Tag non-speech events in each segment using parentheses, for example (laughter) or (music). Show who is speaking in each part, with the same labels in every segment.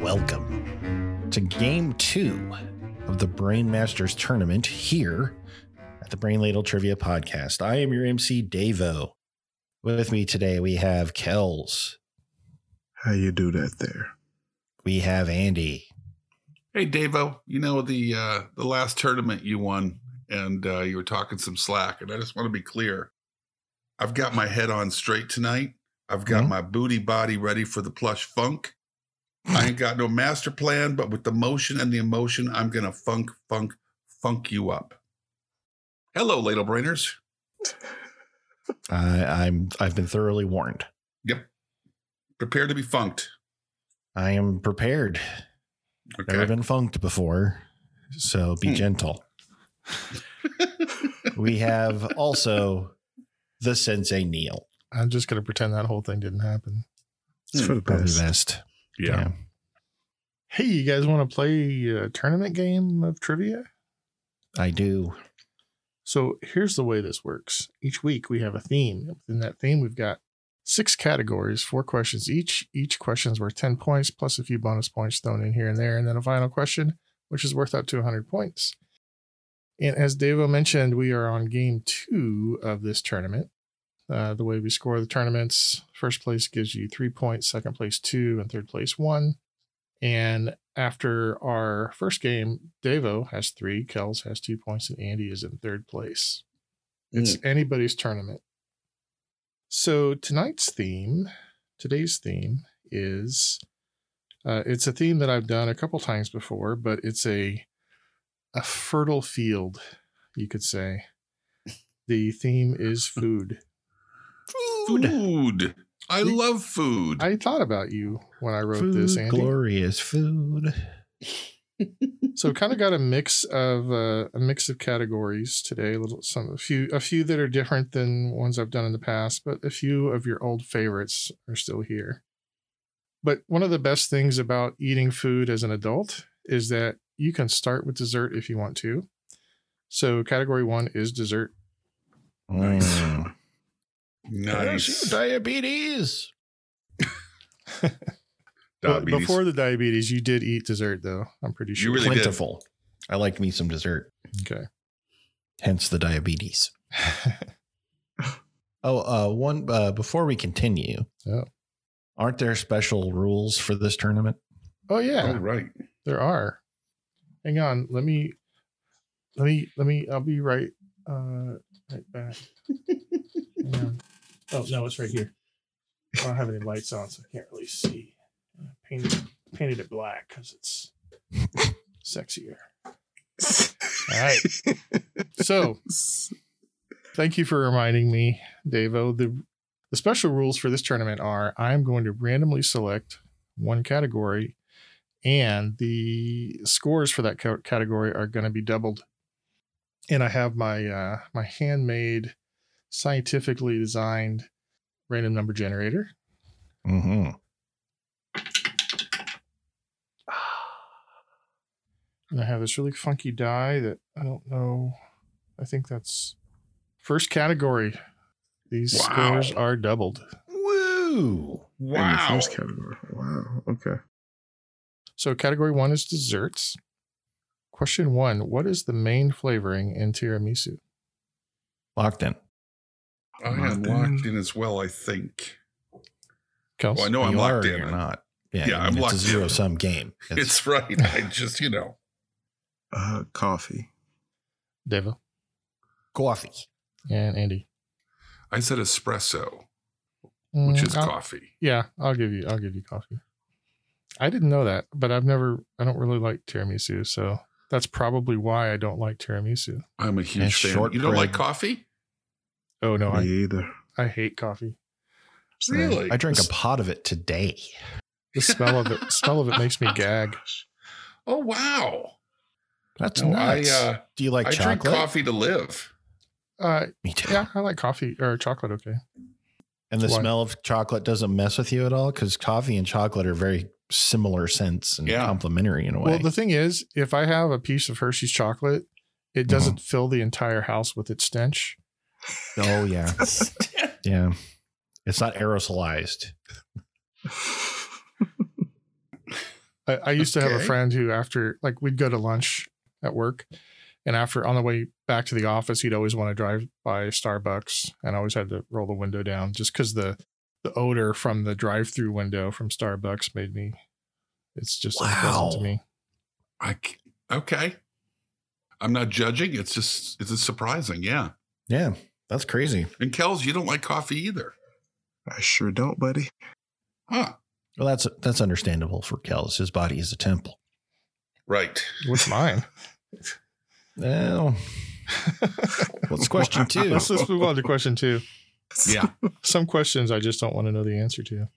Speaker 1: welcome to game two of the Brain Masters tournament here at the Brain Ladle Trivia Podcast. I am your MC Davo. With me today we have Kells,
Speaker 2: How you do that there?
Speaker 1: we have Andy,
Speaker 3: Hey, Davo, you know the uh, the last tournament you won, and uh, you were talking some slack, and I just want to be clear. I've got my head on straight tonight. I've got
Speaker 1: Mhm.
Speaker 3: my booty body ready for the plush funk. I ain't got no master plan, but with the motion and the emotion, I'm gonna funk, funk, funk you up. Hello, ladle brainers.
Speaker 1: I, I'm I've been thoroughly warned.
Speaker 3: Prepare to be funked.
Speaker 1: I am prepared. Never
Speaker 3: Okay.
Speaker 1: been funked before, so be
Speaker 3: Hmm. (laughs)
Speaker 1: gentle. We have also the Sensei Neil,
Speaker 4: I'm just gonna pretend that whole thing didn't happen.
Speaker 2: It's
Speaker 3: Hmm,
Speaker 2: for the
Speaker 1: probably
Speaker 2: best.
Speaker 1: best.
Speaker 4: Hey, you guys want to play a tournament game of trivia?
Speaker 1: I do.
Speaker 4: So here's the way this works. Each week we have a theme. Within that theme, we've got six categories, four questions each. Each question's worth 10 points, plus a few bonus points thrown in here and there, and then a final question, which is worth up to 100 points. And as Devo mentioned, we are on game two of this tournament. Uh, the way we score the tournaments first place gives you three points, second place, two, and third place, one. And after our first game, Devo has three, Kells has two points, and Andy is in third place. It's anybody's tournament. So tonight's theme, today's theme is uh, it's a theme that I've done a couple times before, but it's a a fertile field, you could say. The theme is food.
Speaker 3: Food. I love food.
Speaker 4: I thought about you when I wrote
Speaker 1: food,
Speaker 4: this, Andy.
Speaker 1: glorious food.
Speaker 4: so kind of got a mix of uh, a mix of categories today a little some a few a few that are different than ones i've done in the past but a few of your old favorites are still here but one of the best things about eating food as an adult is that you can start with dessert if you want to so category one is dessert
Speaker 3: Nice.
Speaker 1: Mm.
Speaker 3: nice.
Speaker 1: Diabetes.
Speaker 4: But
Speaker 3: Diabetes.
Speaker 4: before the diabetes you did eat dessert though i'm pretty
Speaker 3: You
Speaker 4: sure
Speaker 3: really- did.
Speaker 1: Plentiful. I like me some dessert,
Speaker 4: okay (laughs)
Speaker 1: hence the diabetes. Oh, uh, one uh, before we continue.
Speaker 4: Yeah.
Speaker 1: Aren't there special rules for this tournament?
Speaker 4: oh yeah
Speaker 3: Oh, right.
Speaker 4: There are. Hang on. Let me. Let me. Let me. I'll be right. Uh, right back. Hang on. Oh no, it's right here. I don't have any lights on, so I can't really see. I painted painted it black because it's sexier. All right. So, thank you for reminding me, Davo. The the special rules for this tournament are: I'm going to randomly select one category, and the scores for that ca- category are going to be doubled. And I have my uh, my handmade, scientifically designed random number generator.
Speaker 1: Mm-hmm.
Speaker 4: And I have this really funky die that I don't know. I think that's first category. These
Speaker 3: Wow.
Speaker 4: scores are doubled.
Speaker 1: Woo!
Speaker 2: In the
Speaker 3: Wow.
Speaker 2: first category. Wow. Okay.
Speaker 4: So category one is desserts. Question one: What is the main flavoring in tiramisu?
Speaker 1: Locked in.
Speaker 3: I am
Speaker 2: Locked
Speaker 3: locked
Speaker 2: in.
Speaker 3: in as well, I think.
Speaker 4: Kels?
Speaker 3: Well, I know I'm
Speaker 1: You
Speaker 3: locked
Speaker 1: are,
Speaker 3: in.
Speaker 1: You're
Speaker 3: (laughs)
Speaker 1: not. Yeah,
Speaker 3: Yeah,
Speaker 1: I
Speaker 3: I'm
Speaker 1: mean,
Speaker 3: locked
Speaker 1: It's
Speaker 3: in.
Speaker 1: a zero sum
Speaker 3: (laughs)
Speaker 1: game. It's,
Speaker 3: It's right. I just, you know.
Speaker 2: Uh, coffee.
Speaker 4: Deva
Speaker 1: coffee.
Speaker 4: and Andy.
Speaker 3: I said espresso,
Speaker 4: Mm,
Speaker 3: which is
Speaker 1: oh.
Speaker 4: I'll-
Speaker 3: coffee.
Speaker 4: Yeah, I'll give you. I'll give you coffee. I didn't know that, but I've never. I don't really like tiramisu, so that's probably why I don't like tiramisu.
Speaker 3: I'm a
Speaker 1: It's
Speaker 3: huge fan.
Speaker 1: short
Speaker 3: you don't like
Speaker 1: bread.
Speaker 3: coffee?
Speaker 4: Oh no,
Speaker 2: Me
Speaker 4: I,
Speaker 2: either.
Speaker 4: I hate coffee.
Speaker 3: Really?
Speaker 1: I drank a pot of it today.
Speaker 4: The smell of it. smell of it makes me gag.
Speaker 3: Oh wow!
Speaker 1: That's
Speaker 3: No,
Speaker 1: nuts.
Speaker 3: I uh,
Speaker 1: Do you like
Speaker 3: I
Speaker 1: chocolate?
Speaker 3: drink coffee to live.
Speaker 4: Uh,
Speaker 1: Me too.
Speaker 4: yeah, I like coffee or chocolate. Okay.
Speaker 1: And the
Speaker 4: Why?
Speaker 1: smell of chocolate doesn't mess with you at all because coffee and chocolate are very similar scents and
Speaker 3: Yeah.
Speaker 1: complementary in a way.
Speaker 4: Well, the thing is, if I have a piece of Hershey's chocolate, it
Speaker 3: Mm-hmm.
Speaker 4: doesn't fill the entire house with its stench.
Speaker 1: oh yeah, (laughs) yeah. It's not aerosolized.
Speaker 4: I, I used to have a
Speaker 3: Okay.
Speaker 4: friend who, after like, we'd go to lunch at work, and after on the way back to the office, he'd always want to drive by Starbucks, and I always had to roll the window down just because the the odor from the drive-through window from Starbucks made me. It's just unpleasant to
Speaker 1: Wow.
Speaker 4: me.
Speaker 3: I c- okay. I'm not judging. It's just it's just surprising. Yeah.
Speaker 1: Yeah, that's crazy.
Speaker 3: And Kels, you don't like coffee either,
Speaker 2: I sure don't, buddy.
Speaker 3: huh?
Speaker 1: Well, that's that's understandable for Kells. His body is a temple.
Speaker 3: Right.
Speaker 4: What's mine?
Speaker 1: Well, what's question two?
Speaker 4: (laughs) Let's just move on to question two.
Speaker 1: (laughs)
Speaker 3: Yeah.
Speaker 4: Some questions I just don't want to know the answer to.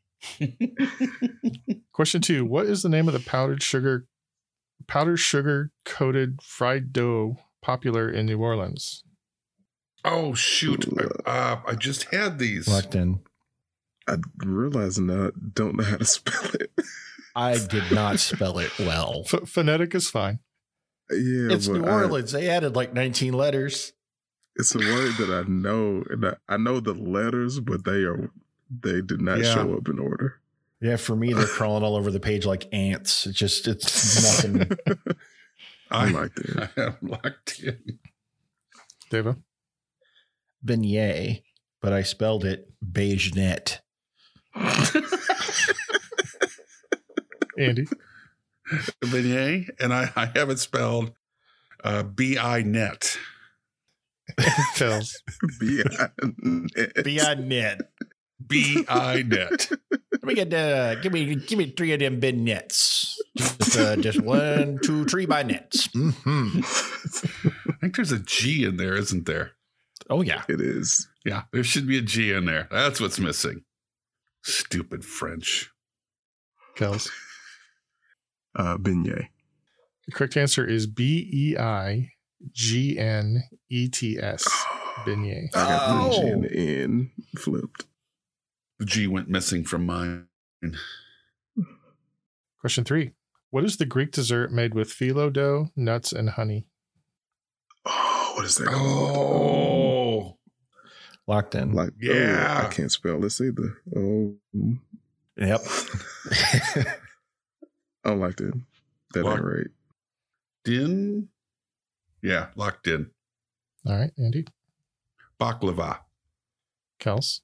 Speaker 4: Question two: What is the name of the powdered sugar, powdered sugar coated fried dough popular in New Orleans?
Speaker 3: Oh shoot! I, uh, I just had these.
Speaker 1: Locked in.
Speaker 2: I realize now I don't know how to spell it.
Speaker 1: I did not spell it (laughs) well.
Speaker 4: Ph- phonetic is fine.
Speaker 2: Yeah,
Speaker 1: It's
Speaker 2: but
Speaker 1: New
Speaker 2: I-
Speaker 1: Orleans. They added like 19 letters.
Speaker 2: it's a word that I know, and I, I know the letters, but they are they did not
Speaker 3: Yeah.
Speaker 2: show up in order.
Speaker 1: Yeah, for me, they're crawling all over the page like ants. It's just, (laughs) it's nothing.
Speaker 2: I
Speaker 3: I,
Speaker 2: like that.
Speaker 3: (laughs) I am locked in.
Speaker 4: Deva,
Speaker 1: Beignet, but I spelled it beige net.
Speaker 4: Andy, (laughs)
Speaker 3: Beignet, and I, I have it spelled uh, B I net.
Speaker 4: Tails.
Speaker 2: Beyond it.
Speaker 1: Beyond net.
Speaker 3: B I net.
Speaker 1: Let me get uh, give me give me three of them big nets. Just, uh, just one, two, three by nets. Mm-hmm.
Speaker 3: I think there's a G in there, isn't there?
Speaker 1: Oh yeah.
Speaker 2: It is.
Speaker 3: Yeah, there should be a G in there. That's what's missing. Stupid French.
Speaker 4: Tails.
Speaker 2: Uh, beignet.
Speaker 4: The correct answer is B E I G N E T S. Beignet.
Speaker 2: I got the G
Speaker 1: Oh.
Speaker 2: and the N flipped.
Speaker 3: The G went missing from mine.
Speaker 4: Question three: What is the Greek dessert made with phyllo dough, nuts, and honey?
Speaker 2: Oh, what is that? called?
Speaker 3: Oh,
Speaker 1: Locked in.
Speaker 2: like
Speaker 3: Yeah.
Speaker 2: Oh, I can't spell this either. Oh,
Speaker 1: Yep.
Speaker 2: (laughs) I don't like that. That
Speaker 3: Lock-
Speaker 2: ain't right.
Speaker 3: din. Yeah, locked in.
Speaker 4: All right, Andy,
Speaker 3: Baklava.
Speaker 4: Kels,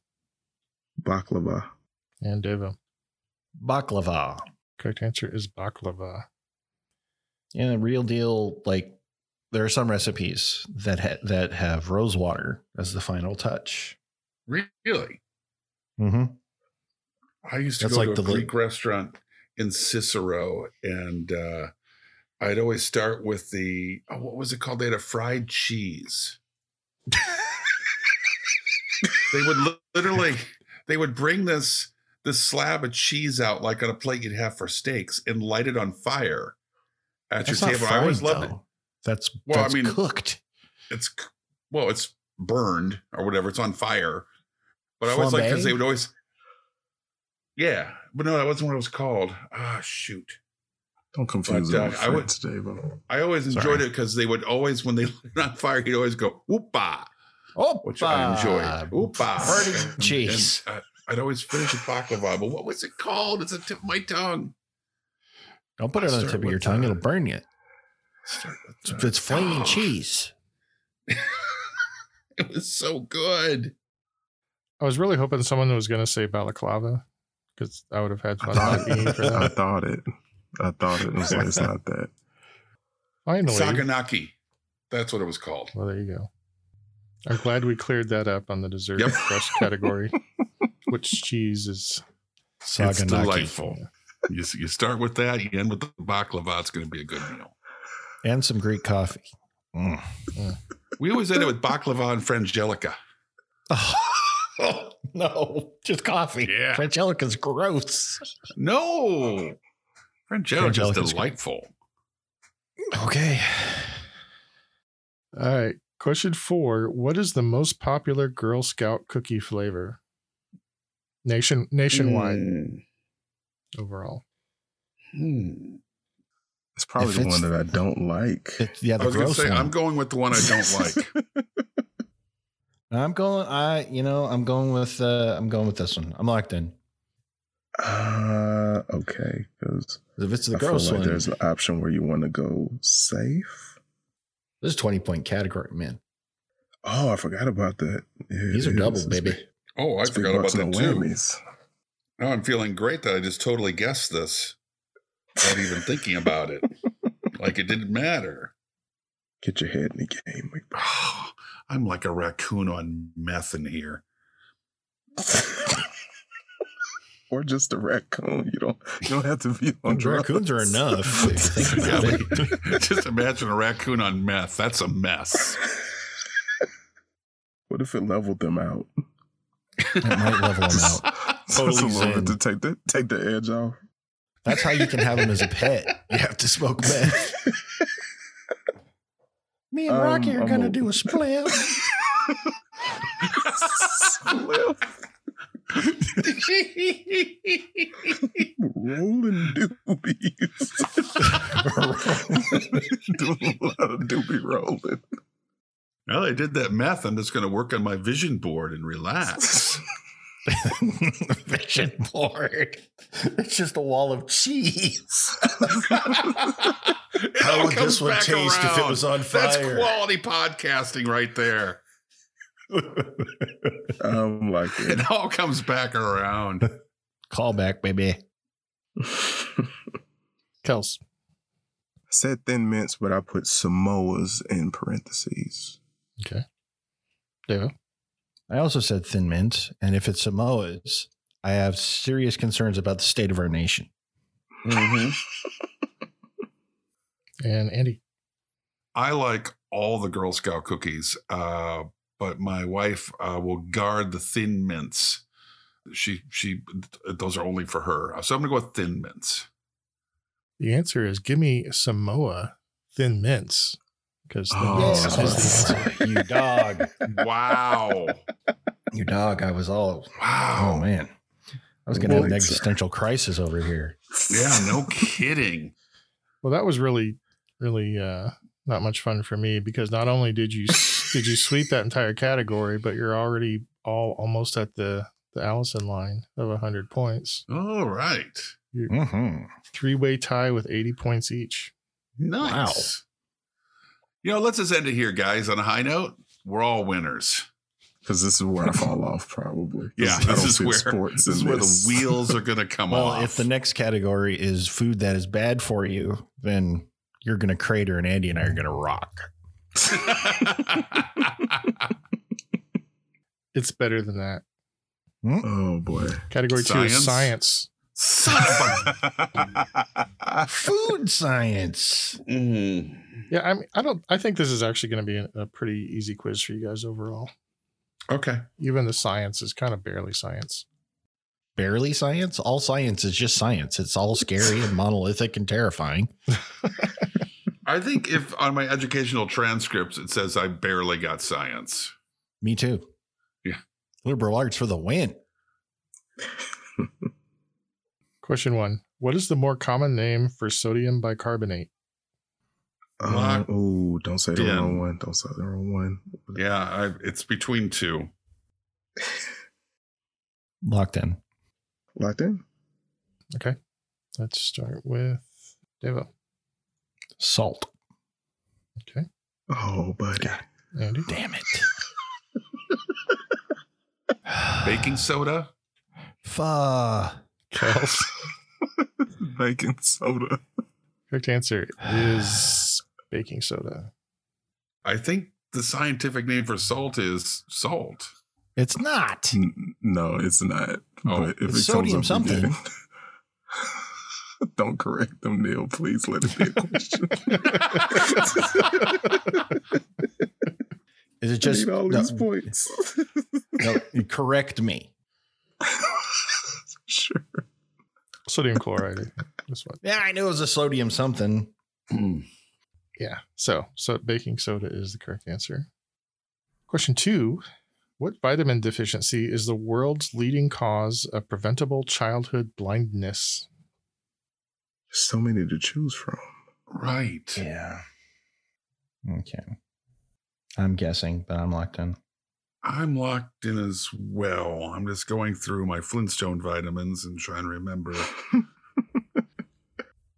Speaker 2: Baklava.
Speaker 4: and Deva.
Speaker 1: Baklava.
Speaker 4: Correct answer is baklava.
Speaker 1: Yeah, real deal. Like there are some recipes that ha- that have rose water as the final touch.
Speaker 3: Really?
Speaker 1: Mm-hmm.
Speaker 3: I used to
Speaker 1: That's
Speaker 3: go
Speaker 1: like
Speaker 3: to a
Speaker 1: the li-
Speaker 3: Greek restaurant in Cicero, and uh, I'd always start with the oh, what was it called? They had a fried cheese. they would li- literally they would bring this this slab of cheese out like on a plate you'd have for steaks and light it on fire at your table. I always loved it.
Speaker 1: That's
Speaker 3: Well, I
Speaker 1: that's
Speaker 3: mean-
Speaker 1: cooked.
Speaker 3: it's c- well, it's burned or whatever. It's on fire. But I always like because
Speaker 1: Flambe?
Speaker 3: they would always, yeah. But no, that wasn't what it was called. Ah, shoot.
Speaker 2: Don't confuse
Speaker 3: But,
Speaker 2: it
Speaker 3: uh,
Speaker 2: with
Speaker 3: I would-
Speaker 2: French, Davo.
Speaker 3: I always enjoyed
Speaker 1: Sorry.
Speaker 3: it because they would always, when they (laughs) lit it on fire, he'd always go "oopa,"
Speaker 1: Oh,
Speaker 3: which I enjoyed. "Oopa,"
Speaker 1: Burning
Speaker 3: And-
Speaker 1: cheese.
Speaker 3: and I, would always finish a baklava. But what was it called? It's a tip of my tongue.
Speaker 1: Don't put it on the
Speaker 3: Start
Speaker 1: tip of your
Speaker 3: with,
Speaker 1: tongue;
Speaker 3: uh,
Speaker 1: it'll burn you.
Speaker 3: Start with
Speaker 1: It's,
Speaker 3: the-
Speaker 1: it's flaming
Speaker 3: Oh,
Speaker 1: cheese.
Speaker 3: (laughs) It was so good.
Speaker 4: I was really hoping someone was going to say balaclava because I would have had
Speaker 2: I
Speaker 3: (laughs)
Speaker 4: fun
Speaker 2: thought
Speaker 4: lobbying for
Speaker 2: it. I
Speaker 4: that.
Speaker 2: thought it. I thought it. I was like, it's not that.
Speaker 4: Finally,
Speaker 3: Saganaki. That's what it was called.
Speaker 4: well, there you go. I'm glad we cleared that up on the dessert
Speaker 3: Yep.
Speaker 4: crust
Speaker 3: (laughs)
Speaker 4: category. Which cheese is
Speaker 3: It's
Speaker 1: Saganaki.
Speaker 3: delightful. You, s- you start with that, you end with the baklava. It's going to be a good meal.
Speaker 1: and some Greek coffee. Mm.
Speaker 3: We always end it with baklava and frangelica.
Speaker 1: (laughs) no, just coffee.
Speaker 3: Yeah.
Speaker 1: Frangelica's gross.
Speaker 3: No, frangelica
Speaker 1: Frangelica's
Speaker 3: is delightful.
Speaker 1: Okay.
Speaker 4: all right? Question four: What is the most popular Girl Scout cookie flavor? Nation nationwide
Speaker 3: Mm.
Speaker 4: overall.
Speaker 3: Hmm.
Speaker 2: It's probably
Speaker 1: If
Speaker 2: the
Speaker 1: it's-
Speaker 2: one that I don't like.
Speaker 1: It- yeah,
Speaker 3: I
Speaker 1: the
Speaker 3: was going to
Speaker 1: gross
Speaker 3: say
Speaker 1: one.
Speaker 3: I'm going with the one I
Speaker 2: (laughs)
Speaker 3: don't like.
Speaker 1: I'm going. I you know I'm going with uh I'm going with this one. I'm locked in.
Speaker 2: Uh, okay, because
Speaker 1: If it's the
Speaker 2: I feel like
Speaker 1: gross one,
Speaker 2: there's an option where you want to go safe.
Speaker 1: this is 20 point category, man.
Speaker 2: Oh, I forgot about that. Yeah,
Speaker 1: These are
Speaker 2: yeah,
Speaker 1: double,
Speaker 2: this is (laughs)
Speaker 1: baby.
Speaker 2: big-
Speaker 3: Oh, I
Speaker 2: it's big
Speaker 3: forgot about
Speaker 2: bucks and
Speaker 3: that
Speaker 2: the
Speaker 3: too.
Speaker 2: whammies.
Speaker 3: Now I'm feeling great that I just totally guessed this without even thinking about it. Like it didn't matter. (sighs)
Speaker 2: Get your head in the game. big bucks.
Speaker 3: I'm like a raccoon on meth in here.
Speaker 2: (laughs)
Speaker 3: (laughs)
Speaker 2: or just a raccoon. You don't you don't have to
Speaker 1: (laughs)
Speaker 2: be on drugs.
Speaker 1: Raccoons are
Speaker 2: (laughs)
Speaker 1: enough.
Speaker 3: Yeah, but just imagine a raccoon on meth. That's a mess.
Speaker 2: what if it leveled them out? (laughs)
Speaker 1: It might level them out. Totally
Speaker 2: Just a little
Speaker 1: zen.
Speaker 2: bit to take the take the edge off.
Speaker 1: That's how you can have them as a pet. You have to smoke meth. Me and
Speaker 2: Um,
Speaker 1: Rocky are
Speaker 2: I'm
Speaker 1: gonna
Speaker 2: old.
Speaker 1: do a split.
Speaker 2: Slip. Rolling (laughs) doobies. (laughs) Doing a lot of doobie rolling.
Speaker 3: well, I did that meth. I'm just going to work on my vision board
Speaker 1: (laughs)
Speaker 3: and relax.
Speaker 1: (laughs)
Speaker 3: (laughs)
Speaker 1: Vision board. It's just a wall of cheese.
Speaker 3: It
Speaker 1: How
Speaker 3: all
Speaker 1: would this
Speaker 3: comes
Speaker 1: one
Speaker 3: back
Speaker 1: taste if it
Speaker 3: around.
Speaker 1: was on
Speaker 3: That's
Speaker 1: fire?
Speaker 3: quality podcasting right there.
Speaker 1: (laughs)
Speaker 2: I'm like it.
Speaker 3: (laughs) It all comes back around.
Speaker 1: Call back, baby.
Speaker 4: Kels.
Speaker 2: (laughs) Said thin mints, but I put Samoas in parentheses.
Speaker 4: Dave.
Speaker 1: I also said thin mint, and if it's Samoa's, I have serious concerns about the state of our nation. Mm-hmm.
Speaker 2: (laughs)
Speaker 4: And Andy.
Speaker 3: I like all the Girl Scout cookies, uh, but my wife uh, will guard the thin mints. She she those are only for her. So I'm gonna go with thin mints.
Speaker 4: The answer is give me Samoa thin mints. Because thin
Speaker 3: Oh,
Speaker 4: mints
Speaker 3: that's
Speaker 4: is
Speaker 3: what I
Speaker 4: the answer.
Speaker 1: you dog.
Speaker 3: Wow,
Speaker 1: (laughs) You dog. I was all,
Speaker 3: (laughs) wow,
Speaker 1: oh man. I was going to have an
Speaker 2: Well, it's-
Speaker 1: existential crisis over here.
Speaker 3: yeah, no kidding.
Speaker 4: Well, that was really, really uh, not much fun for me because not only did you did you sweep that entire category, but you're already all almost at the the Allison line of 100 points.
Speaker 3: All right,
Speaker 1: Mm-hmm.
Speaker 4: Three way tie with 80 points each.
Speaker 3: nice. You know, let's just end it here, guys. On a high note, we're all winners.
Speaker 2: Because this is where I fall off, probably. 'Cause
Speaker 3: Yeah,
Speaker 2: I don't
Speaker 3: this is
Speaker 2: see
Speaker 3: where
Speaker 2: sports
Speaker 3: This is
Speaker 2: in
Speaker 3: where the
Speaker 2: this.
Speaker 3: wheels are gonna come
Speaker 1: Well,
Speaker 3: off.
Speaker 1: if the next category is food that is bad for you, then you're going to crater, and Andy and I are going to rock.
Speaker 4: It's better than that.
Speaker 2: Oh
Speaker 3: (laughs)
Speaker 2: boy.
Speaker 4: Category two is science.
Speaker 3: (laughs) Son
Speaker 1: (laughs)
Speaker 3: of a.
Speaker 1: Food science.
Speaker 3: Mm-hmm.
Speaker 4: Yeah, I mean, I don't. I think this is actually going to be a, a pretty easy quiz for you guys overall.
Speaker 3: Okay.
Speaker 4: Even the science is kind of barely science.
Speaker 1: Barely science. All science is just science. It's all scary and monolithic and terrifying.
Speaker 3: I think if on my educational transcripts it says I barely got science.
Speaker 1: Me too.
Speaker 3: Yeah.
Speaker 1: Liberal arts for the win.
Speaker 4: Question one: What is the more common name for sodium bicarbonate?
Speaker 2: Um,
Speaker 3: Lock-
Speaker 2: oh, don't say the
Speaker 3: Din.
Speaker 2: wrong one. Don't say the wrong one.
Speaker 3: Yeah, I, it's between two.
Speaker 1: Locked in.
Speaker 2: Locked in?
Speaker 4: Let's start with Devo.
Speaker 1: Salt.
Speaker 4: Okay,
Speaker 2: Oh,
Speaker 3: (laughs)
Speaker 2: buddy.
Speaker 4: Andy.
Speaker 1: Damn it. (sighs)
Speaker 3: Baking soda.
Speaker 1: Fuh.
Speaker 4: Kels.
Speaker 2: Baking soda.
Speaker 4: (laughs) Correct answer is baking soda.
Speaker 3: I think the scientific name for salt is salt.
Speaker 1: It's not.
Speaker 2: N- no, it's not.
Speaker 3: Oh,
Speaker 2: but if
Speaker 1: it's
Speaker 2: it
Speaker 1: sodium
Speaker 2: comes up
Speaker 1: something.
Speaker 2: again- (laughs) don't correct them, Neil. Please
Speaker 1: (laughs)
Speaker 2: let it be a question.
Speaker 1: Is it just
Speaker 2: I need all
Speaker 1: no, (laughs)
Speaker 2: these points.
Speaker 1: no, correct me?
Speaker 2: sure.
Speaker 4: Sodium chloride. I think, This one.
Speaker 1: Yeah, I knew it was a sodium something.
Speaker 2: Hmm.
Speaker 4: Yeah. So, so baking soda is the correct answer. Question two What vitamin deficiency is the world's leading cause of preventable childhood blindness?
Speaker 2: So many to choose from. (laughs)
Speaker 3: Right.
Speaker 1: Yeah. Okay. I'm guessing, but I'm locked in.
Speaker 3: I'm locked in as well. I'm just going through my Flintstone vitamins and trying to remember.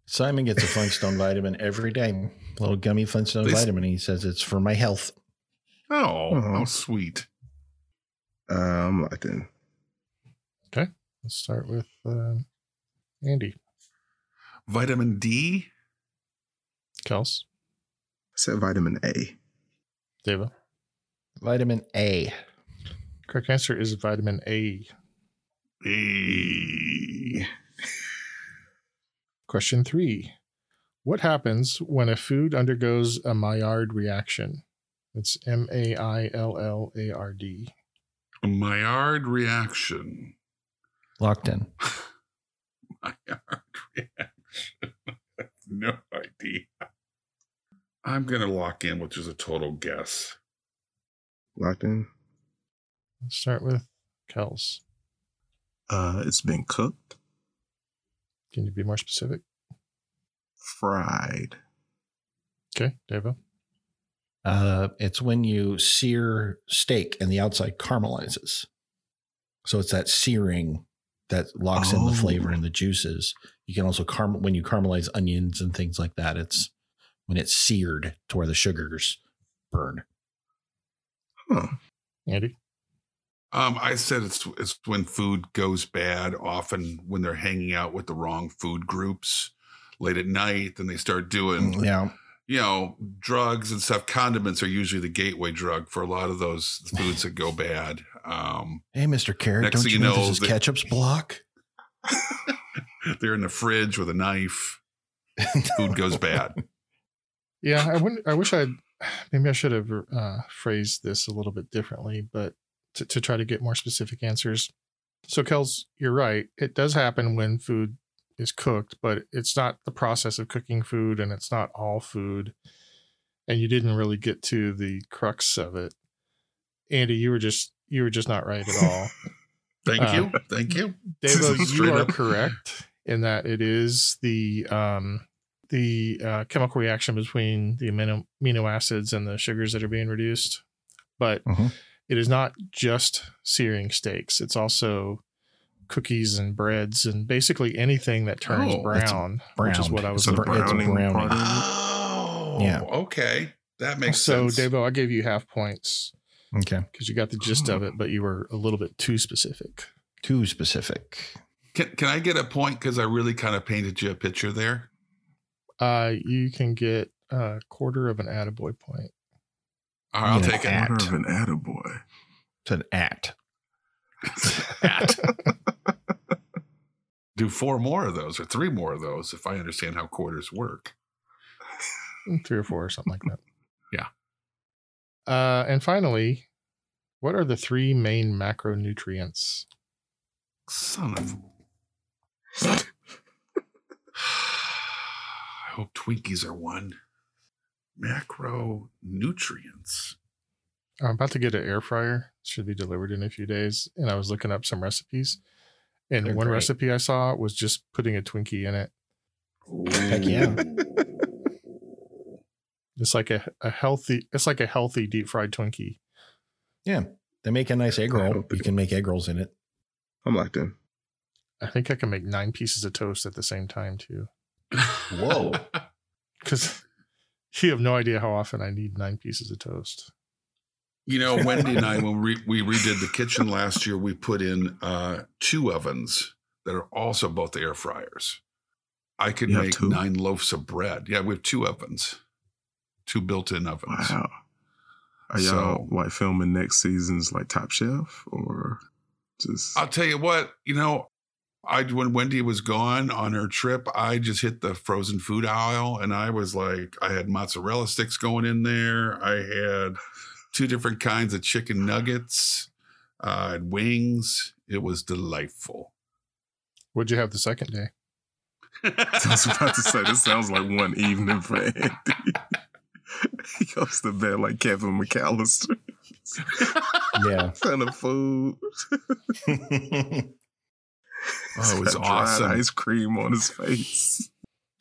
Speaker 1: Simon gets a Flintstone vitamin every day, little gummy Flintstone
Speaker 3: They s-
Speaker 1: vitamin. He says it's for my health.
Speaker 3: Oh, how
Speaker 2: Aw.
Speaker 3: sweet.
Speaker 2: Uh, I'm locked in.
Speaker 4: Let's start with um, Andy
Speaker 3: Vitamin D.
Speaker 4: Kels,
Speaker 2: I said vitamin A.
Speaker 4: Deva.
Speaker 1: Vitamin A.
Speaker 4: Correct answer is vitamin A.
Speaker 3: Eh.
Speaker 4: Question three What happens when a food undergoes a Maillard reaction? It's M A I L L A R D.
Speaker 3: Maillard reaction. (laughs)
Speaker 1: Locked in.
Speaker 3: Maillard reaction. (laughs) I have no idea. I'm going to lock in, which is a total guess.
Speaker 2: Locked in.
Speaker 4: Let's start with Kels.
Speaker 2: Uh, it's been cooked,
Speaker 4: Can you be more specific?
Speaker 2: fried.
Speaker 4: Okay, Deva.
Speaker 1: Uh, it's when you sear steak and the outside caramelizes. So it's that searing that locks in the flavor
Speaker 2: Oh.
Speaker 1: and the juices. You can also caramel when you caramelize onions and things like that. It's when it's seared to where the sugars burn.
Speaker 2: Huh.
Speaker 4: Andy.
Speaker 3: Um, I said it's it's when food goes bad, often when they're hanging out with the wrong food groups late at night, then they start doing
Speaker 1: Mm, Yeah.
Speaker 3: you know, drugs and stuff. Condiments are usually the gateway drug for a lot of those foods that go bad. Um,
Speaker 1: Hey, Mr. Carrot,
Speaker 3: Next
Speaker 1: don't
Speaker 3: thing
Speaker 1: you
Speaker 3: you
Speaker 1: know
Speaker 3: know,
Speaker 1: this is
Speaker 3: the-
Speaker 1: ketchup's block? (laughs)
Speaker 3: they're in the fridge with a knife. Food goes bad.
Speaker 4: Yeah, I wouldn't. I wish I'd. (sighs) Maybe I should have uh, phrased this a little bit differently, but to, to try to get more specific answers. So, Kels, you're right. It does happen when food is cooked, but it's not the process of cooking food, and it's not all food. And you didn't really get to the crux of it, Andy. You were just you were just not right at all.
Speaker 3: Thank
Speaker 4: Uh,
Speaker 3: you, thank you. (laughs)
Speaker 4: Devo,
Speaker 3: Straight
Speaker 4: you are
Speaker 3: up.
Speaker 4: correct in that it is the um, the uh, chemical reaction between the amino, amino acids and the sugars that are being reduced. But
Speaker 3: Mm-hmm.
Speaker 1: Mhm.
Speaker 4: it is not just searing steaks; it's also cookies and breads and basically anything that turns
Speaker 3: Oh,
Speaker 1: it's
Speaker 4: brown, which is what
Speaker 1: Browned.
Speaker 4: I was.
Speaker 1: It's a
Speaker 4: looking
Speaker 1: br- it's a
Speaker 4: for.
Speaker 2: browning
Speaker 1: browning.
Speaker 2: part.
Speaker 3: Oh,
Speaker 1: Yeah.
Speaker 3: Okay, that makes
Speaker 4: so,
Speaker 3: sense.
Speaker 4: Devo, I gave you half points
Speaker 1: Okay.
Speaker 4: because you got the gist of it, but you were a little bit too specific.
Speaker 1: Too specific.
Speaker 3: can can I get a point because I really kind of painted you a picture there?
Speaker 4: Uh, you can get a quarter of an attaboy point.
Speaker 3: All right, I'll
Speaker 1: Yeah.
Speaker 3: take it.
Speaker 2: Order
Speaker 1: At.
Speaker 2: of
Speaker 1: (laughs)
Speaker 2: an attaboy.
Speaker 1: It's an at.
Speaker 3: (laughs) At. Do four more of those or three more of those if I understand how quarters work.
Speaker 4: three or four or something like that.
Speaker 1: (laughs)
Speaker 3: Yeah.
Speaker 4: Uh, and finally, what are the three main macronutrients?
Speaker 3: Son of. (sighs) I hope Twinkies are one. Macronutrients.
Speaker 4: I'm about to get an air fryer. Should be delivered in a few days. And I was looking up some recipes, and
Speaker 1: They're
Speaker 4: one
Speaker 1: great.
Speaker 4: recipe I saw was just putting a Twinkie in it.
Speaker 1: Heck yeah.
Speaker 4: It's like a, a healthy. It's like a healthy deep fried Twinkie.
Speaker 1: They make a nice egg roll.
Speaker 2: don't
Speaker 1: You
Speaker 2: think-
Speaker 1: can make egg rolls in it.
Speaker 2: I'm locked in.
Speaker 4: I think I can make nine pieces of toast at the same time too,
Speaker 1: Whoa.
Speaker 4: because (laughs) you have no idea how often I need nine pieces of toast.
Speaker 3: (laughs) You know, Wendy and I, when we, we redid the kitchen last year, we put in uh, two ovens that are also both air fryers. I could
Speaker 2: You have
Speaker 3: make
Speaker 2: two?
Speaker 3: nine loaves of bread. Yeah, we have two ovens, two built in ovens.
Speaker 2: Wow. Are y'all
Speaker 3: So-
Speaker 2: like filming next season's like Top Chef or just?
Speaker 3: I'll tell you what, you know, I when Wendy was gone on her trip, I just hit the frozen food aisle and I was like, I had mozzarella sticks going in there. I had two different kinds of chicken nuggets. Uh, I had wings. It was delightful.
Speaker 4: What'd you have the second day?
Speaker 2: (laughs) I was about to say this sounds like one evening for Andy. (laughs) he goes to bed like Kevin McAllister. (laughs)
Speaker 1: yeah.
Speaker 2: Kind of food.
Speaker 3: Oh, it was
Speaker 2: Got
Speaker 3: awesome.
Speaker 2: Ice cream on his face.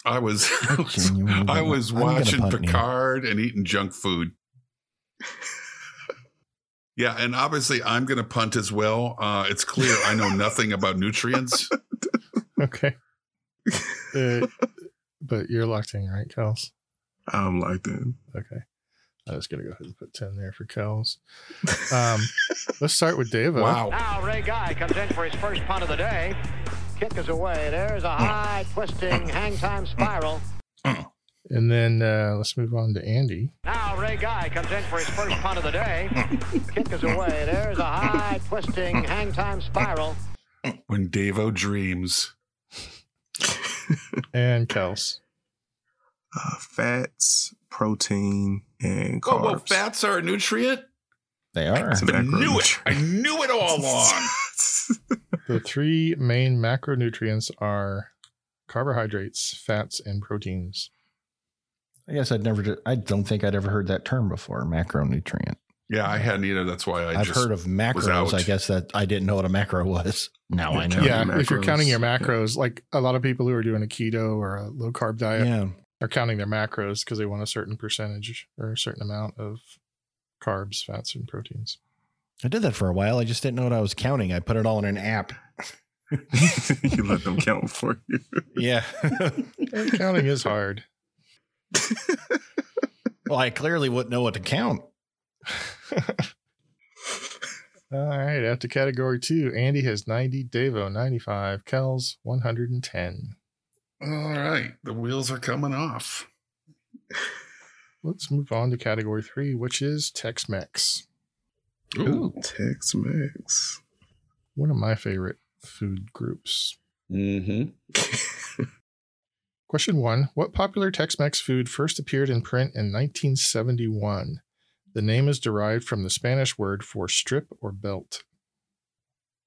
Speaker 3: I was (laughs)
Speaker 1: I genuinely-
Speaker 3: I was
Speaker 1: I'm gonna
Speaker 3: watching
Speaker 1: punt now.
Speaker 3: Picard and eating junk food. (laughs) Yeah, and obviously I'm going to punt as well. Uh, it's clear I know nothing about
Speaker 1: (laughs)
Speaker 3: nutrients.
Speaker 4: Okay. Uh, but you're locked in, right, Kels?
Speaker 2: I'm locked in.
Speaker 4: Okay. I was going to go ahead and put 10 there for Kels. Um, let's start with Dave.
Speaker 3: Wow.
Speaker 5: Now Ray Guy comes in for his first punt of the day. Kick is away. There's a high twisting hang time spiral.
Speaker 4: And then uh, let's move on to Andy.
Speaker 5: Now Ray Guy comes in for his first punt of the day. Kick is away. There's a high twisting hang time spiral.
Speaker 3: When Davo dreams.
Speaker 4: And Kels.
Speaker 2: Uh, fats, protein, and
Speaker 3: Oh,
Speaker 2: carbs.
Speaker 3: well, fats are a nutrient?
Speaker 1: They are.
Speaker 2: It's a
Speaker 3: I
Speaker 2: macro
Speaker 3: knew it.
Speaker 2: nutrient.
Speaker 3: I knew
Speaker 1: (laughs)
Speaker 3: it all along.
Speaker 4: The three main macronutrients are carbohydrates, fats, and proteins.
Speaker 1: I guess I'd never. I don't think I'd ever heard that term before. Macronutrient.
Speaker 3: Yeah, I hadn't either. That's why I
Speaker 1: I've
Speaker 3: just,
Speaker 1: heard of macros.
Speaker 3: out.
Speaker 1: I guess that I didn't know what a macro was. Now I know.
Speaker 2: Counting
Speaker 4: yeah, if you're counting your
Speaker 2: macros.
Speaker 4: macros, like a lot of people who are doing a keto or a low carb diet
Speaker 1: Yeah.
Speaker 4: are counting their macros because they want a certain percentage or a certain amount of carbs, fats, and proteins.
Speaker 1: I did that for a while. I just didn't know what I was counting. I put it all in an app.
Speaker 2: (laughs) you let them count for you.
Speaker 1: Yeah.
Speaker 4: And counting is hard.
Speaker 1: (laughs) well, I clearly wouldn't know what to count.
Speaker 4: All right, after category two, Andy has 90, Davo 95, Kels 110.
Speaker 3: all right, the wheels are coming off.
Speaker 4: Let's move on to category three, which is Tex Mex,
Speaker 3: Ooh.
Speaker 2: Tex Mex.
Speaker 4: one of my favorite food groups.
Speaker 3: Mm-hmm.
Speaker 4: Question one What popular Tex Mex food first appeared in print in 1971? The name is derived from the Spanish word for strip or belt.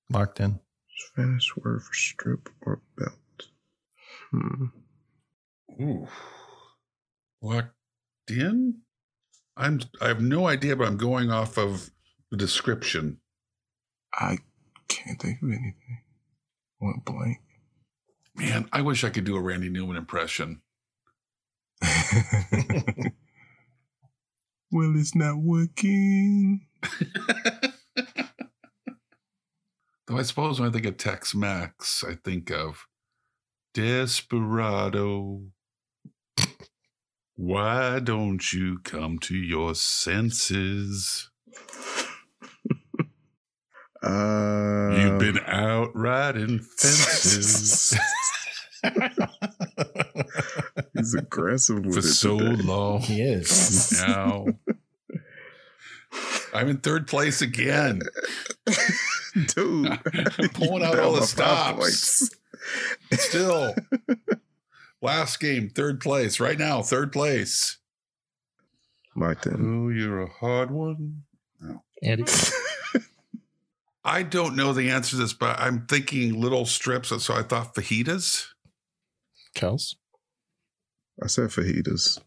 Speaker 1: Locked in.
Speaker 2: Spanish word for strip or belt. Hmm.
Speaker 3: Ooh. Locked in? I'm I have no idea, but I'm going off of the description.
Speaker 2: I can't think of anything. Went (laughs) blank.
Speaker 3: Man, I wish I could do a Randy Newman impression.
Speaker 2: well, it's not working.
Speaker 3: Though I suppose when I think of Tex Mex, I think of Desperado. Why don't you come to your senses?
Speaker 2: Uh,
Speaker 3: You've been out riding
Speaker 2: (laughs)
Speaker 3: fences
Speaker 2: He's aggressive with
Speaker 3: for
Speaker 2: it
Speaker 3: so
Speaker 2: today.
Speaker 3: long
Speaker 1: He is.
Speaker 3: now. I'm in third place again.
Speaker 2: (laughs) dude.
Speaker 3: I'm pulling out all the stops. Still, last game, third place. Right now, third place.
Speaker 2: Locked in.
Speaker 3: Oh, you're a hard one. (laughs)
Speaker 4: Andy,
Speaker 3: I don't know the answer to this, but I'm thinking little strips. So I thought fajitas.
Speaker 4: Kels,
Speaker 2: I said fajitas.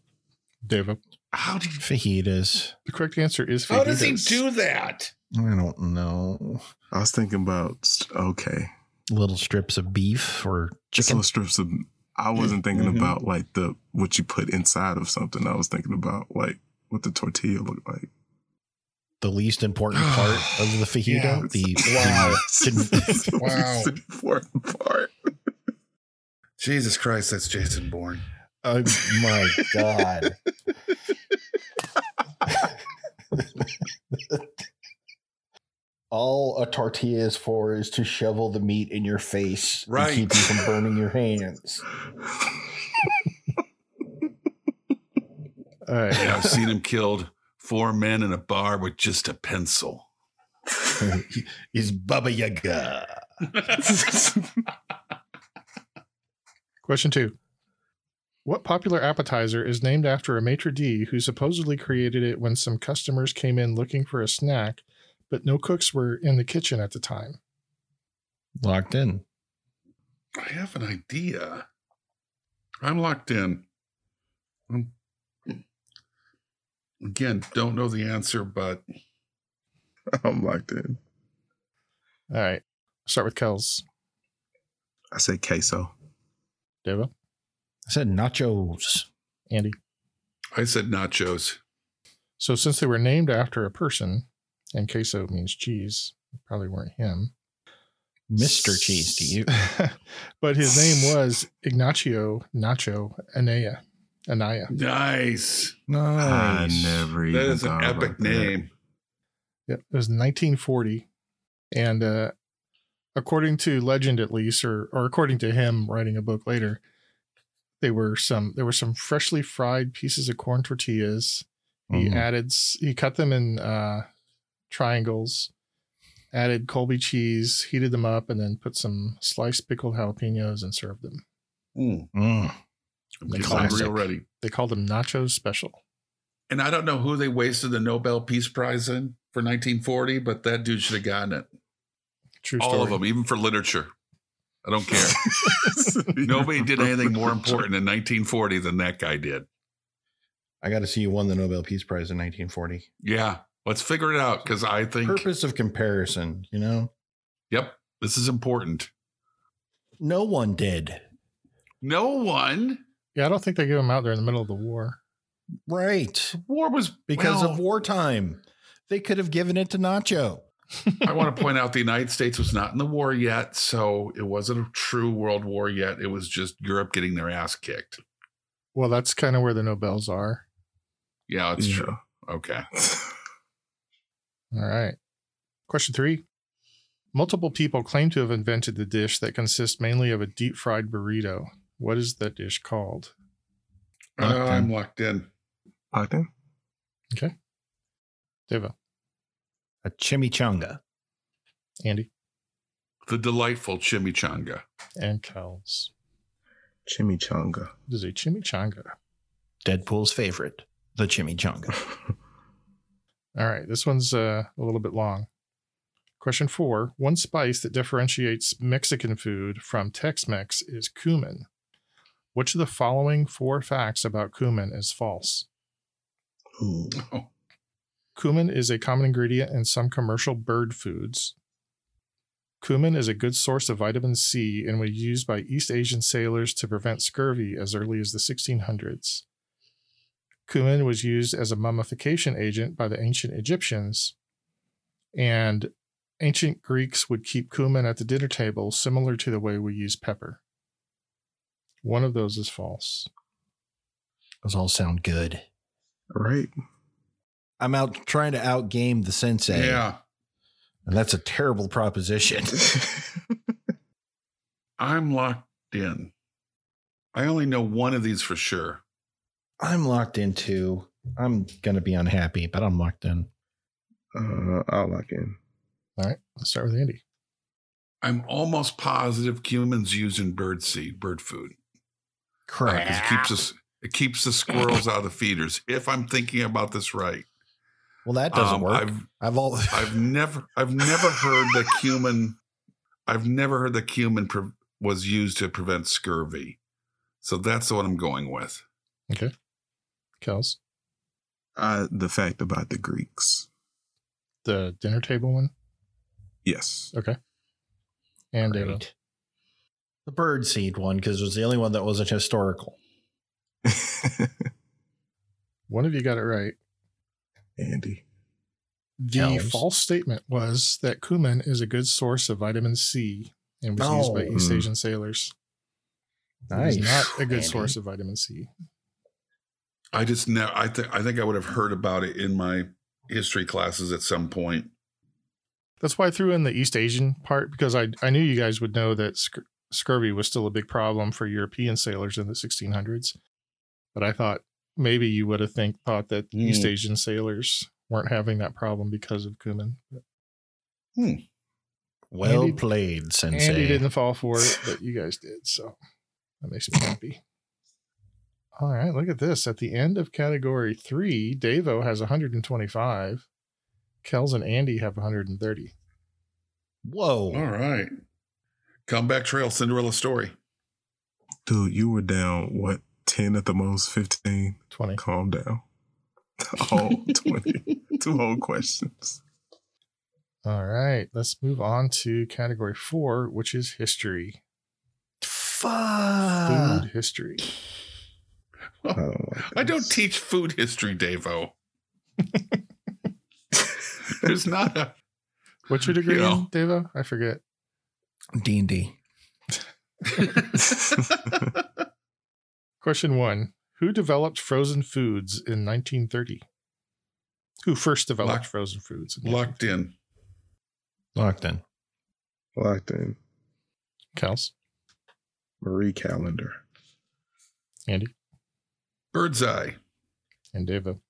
Speaker 4: Davo.
Speaker 3: How do you,
Speaker 1: Fajitas.
Speaker 4: The correct answer is fajitas.
Speaker 3: how does he do that?
Speaker 1: I don't know.
Speaker 2: I was thinking about okay,
Speaker 1: Little strips of beef or chicken.
Speaker 2: so strips of. I wasn't thinking
Speaker 3: Mhm.
Speaker 2: about like the what you put inside of something. I was thinking about like what the tortilla looked like.
Speaker 1: the least important part of the fajita.
Speaker 3: Yeah.
Speaker 2: (laughs)
Speaker 1: The
Speaker 3: Wow.
Speaker 1: Didn't-
Speaker 3: (laughs)
Speaker 2: Wow.
Speaker 3: Wow.
Speaker 2: important part.
Speaker 3: Jesus Christ, that's Jason (laughs) Bourne.
Speaker 1: oh my god. All a tortilla is for is to shovel the meat in your face
Speaker 3: and Right. keep you
Speaker 1: from burning your hands.
Speaker 4: All right.
Speaker 3: Yeah, I've seen him killed four men in a bar with just a pencil.
Speaker 1: Is Baba Yaga.
Speaker 4: Question two. What popular appetizer is named after a maitre d who supposedly created it when some customers came in looking for a snack, but no cooks were in the kitchen at the time?
Speaker 1: Locked in.
Speaker 3: I have an idea. I'm locked in. I'm- Again, don't know the answer, but
Speaker 2: I'm locked in.
Speaker 4: All right. Start with Kels.
Speaker 2: I say (laughs) queso.
Speaker 4: Devo,
Speaker 1: I said nachos.
Speaker 4: Andy.
Speaker 3: I said nachos.
Speaker 4: So, since they were named after a person, and queso means cheese. Probably weren't him.
Speaker 1: Mr. Cheese to
Speaker 4: (laughs)
Speaker 1: you.
Speaker 4: but his name was Ignacio Nacho Anaya. Anaya.
Speaker 3: Nice.
Speaker 2: I
Speaker 1: Nice.
Speaker 2: never even
Speaker 3: That is an
Speaker 2: thought about
Speaker 3: epic
Speaker 2: that.
Speaker 3: name.
Speaker 4: Yep. It was 1940. And uh, according to legend, at least, or, or according to him writing a book later, they were some there were some freshly fried pieces of corn tortillas. He
Speaker 1: Mhm.
Speaker 3: Mm-hmm.
Speaker 4: added s- he cut them in uh, triangles, added Colby cheese, heated them up, and then put some sliced pickled jalapenos and served them.
Speaker 3: Mm,
Speaker 1: Mm.
Speaker 3: I'm
Speaker 4: The
Speaker 3: getting
Speaker 4: classic.
Speaker 3: real ready.
Speaker 4: They called them nachos special.
Speaker 3: And I don't know who they wasted the Nobel Peace Prize in for 1940, but that dude should have gotten it.
Speaker 4: True
Speaker 3: All
Speaker 4: story.
Speaker 3: of them, even for literature. I
Speaker 2: (laughs)
Speaker 3: don't care. Nobody did anything more important in 1940 than that guy did.
Speaker 1: I got to see you won the Nobel Peace Prize in 1940.
Speaker 3: Yeah, let's figure it out because I think.
Speaker 1: Purpose of comparison, you know?
Speaker 3: Yep, this is important.
Speaker 1: No one did.
Speaker 3: No one.
Speaker 4: Yeah, I don't think they gave them out there in the middle of the war.
Speaker 1: Right.
Speaker 3: War was
Speaker 1: Because
Speaker 3: well,
Speaker 1: of wartime. They could have given it to Nacho.
Speaker 3: I want to point out the United States was not in the war yet, so it wasn't a true world war yet. It was just Europe getting their ass kicked.
Speaker 4: Well, that's kind of where the Nobels are.
Speaker 3: Yeah, it's
Speaker 2: Yeah.
Speaker 3: true. Okay.
Speaker 4: All right. Question three. Multiple people claim to have invented the dish that consists mainly of a deep fried burrito. What is that dish called?
Speaker 1: Locked
Speaker 3: Uh,
Speaker 1: in.
Speaker 3: I'm locked in.
Speaker 2: I think.
Speaker 4: Devo,
Speaker 1: A chimichanga.
Speaker 4: Andy,
Speaker 3: The delightful chimichanga.
Speaker 4: and Kells.
Speaker 2: Chimichanga.
Speaker 4: It is a chimichanga.
Speaker 1: Deadpool's favorite, the chimichanga.
Speaker 4: All right. This one's uh, a little bit long. Question four. One spice that differentiates Mexican food from Tex Mex is cumin. Which of the following four facts about cumin is false?
Speaker 2: Ooh.
Speaker 3: Oh,
Speaker 4: Cumin is a common ingredient in some commercial bird foods. Cumin is a good source of vitamin C and was used by East Asian sailors to prevent scurvy as early as the 1600s. Cumin was used as a mummification agent by the ancient Egyptians, and ancient Greeks would keep cumin at the dinner table, similar to the way we use pepper. One of those is false.
Speaker 1: Those all sound good.
Speaker 2: Right. (laughs)
Speaker 1: I'm out trying to outgame the sensei.
Speaker 3: yeah.
Speaker 1: And that's a terrible proposition.
Speaker 2: (laughs)
Speaker 3: I'm locked in. I only know one of these for sure.
Speaker 1: I'm locked into. I'm gonna be unhappy, but I'm locked in.
Speaker 2: Uh, I'll lock in.
Speaker 4: All right, let's start with Andy.
Speaker 3: I'm almost positive cumin's used in bird seed, bird food.
Speaker 1: Correct.
Speaker 3: Because it keeps us it keeps the squirrels out of the feeders. If I'm thinking about this right.
Speaker 1: Well, that doesn't
Speaker 3: Um,
Speaker 1: work. I've,
Speaker 3: I've
Speaker 1: all. (laughs)
Speaker 3: I've never I've never heard that cumin I've never heard that cumin pre- was used to prevent scurvy. So that's what I'm going with.
Speaker 4: Okay. Kels,
Speaker 2: Uh, the fact about the Greeks.
Speaker 4: the dinner table one,
Speaker 2: Yes. (laughs)
Speaker 4: and Devo.
Speaker 1: Great. The bird seed one, because it was the only one that wasn't historical.
Speaker 4: One of you got it right.
Speaker 2: Andy.
Speaker 4: The
Speaker 1: Elves.
Speaker 4: false statement was that cumin is a good source of vitamin C and was used by
Speaker 1: No.
Speaker 4: East
Speaker 2: Mm.
Speaker 4: Asian sailors. It is not a good
Speaker 1: Andy.
Speaker 4: source of vitamin C.
Speaker 3: I just know I think I think I would have heard about it in my history classes at some point.
Speaker 4: That's why I threw in the East Asian part because I, I knew you guys would know that sc- scurvy was still a big problem for European sailors in the 1600s. But I thought maybe you would have think thought that East
Speaker 3: Mm.
Speaker 4: Asian sailors weren't having that problem because of cumin.
Speaker 1: Well
Speaker 4: Andy-
Speaker 1: played, Sensei.
Speaker 4: Andy didn't fall for it, but you guys did, so that makes me happy. All right, look at this. At the end of category three, Davo has 125. Kels and Andy have 130.
Speaker 1: Whoa.
Speaker 3: All right. Comeback Trail Cinderella story.
Speaker 2: Dude, you were down, what, 10 at the most, 15?
Speaker 4: 20.
Speaker 2: Calm down. (laughs) Oh,
Speaker 3: (laughs)
Speaker 2: 20. Two whole questions.
Speaker 4: All right, let's move on to category four, which is history. Food
Speaker 1: Fuck.
Speaker 4: history.
Speaker 2: Oh, my
Speaker 3: I don't
Speaker 2: goodness.
Speaker 3: teach food history, Davo. (laughs) There's not a
Speaker 4: What's your degree
Speaker 3: Yeah.
Speaker 4: in, Devo? I forget.
Speaker 1: D and D.
Speaker 4: Question one Who developed frozen foods in 1930? Who first developed
Speaker 3: Lock-
Speaker 4: frozen foods? in
Speaker 3: (laughs) locked in.
Speaker 1: Locked in.
Speaker 2: Locked in.
Speaker 4: 1930? Kels,
Speaker 2: Marie Calendar.
Speaker 4: Andy,
Speaker 3: Bird's eye.
Speaker 4: and Devo.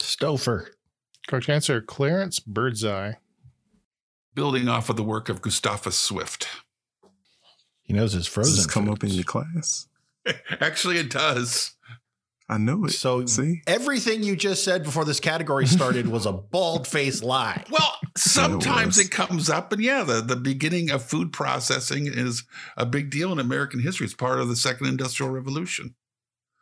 Speaker 1: Stouffer.
Speaker 4: Correct answer Clarence Birdseye.
Speaker 3: Building off of the work of Gustavus Swift. (laughs)
Speaker 1: He knows his frozen.
Speaker 2: Does this come up in
Speaker 1: foods.
Speaker 2: your class?
Speaker 3: Actually, it does.
Speaker 2: I know it.
Speaker 1: So
Speaker 2: See?
Speaker 1: everything you just said before this category started
Speaker 2: (laughs)
Speaker 1: was a bald faced lie. (laughs)
Speaker 3: Well, sometimes
Speaker 2: was.
Speaker 3: it comes up, and yeah, the, the beginning of food processing is a big deal in American history. It's part of the Second Industrial Revolution.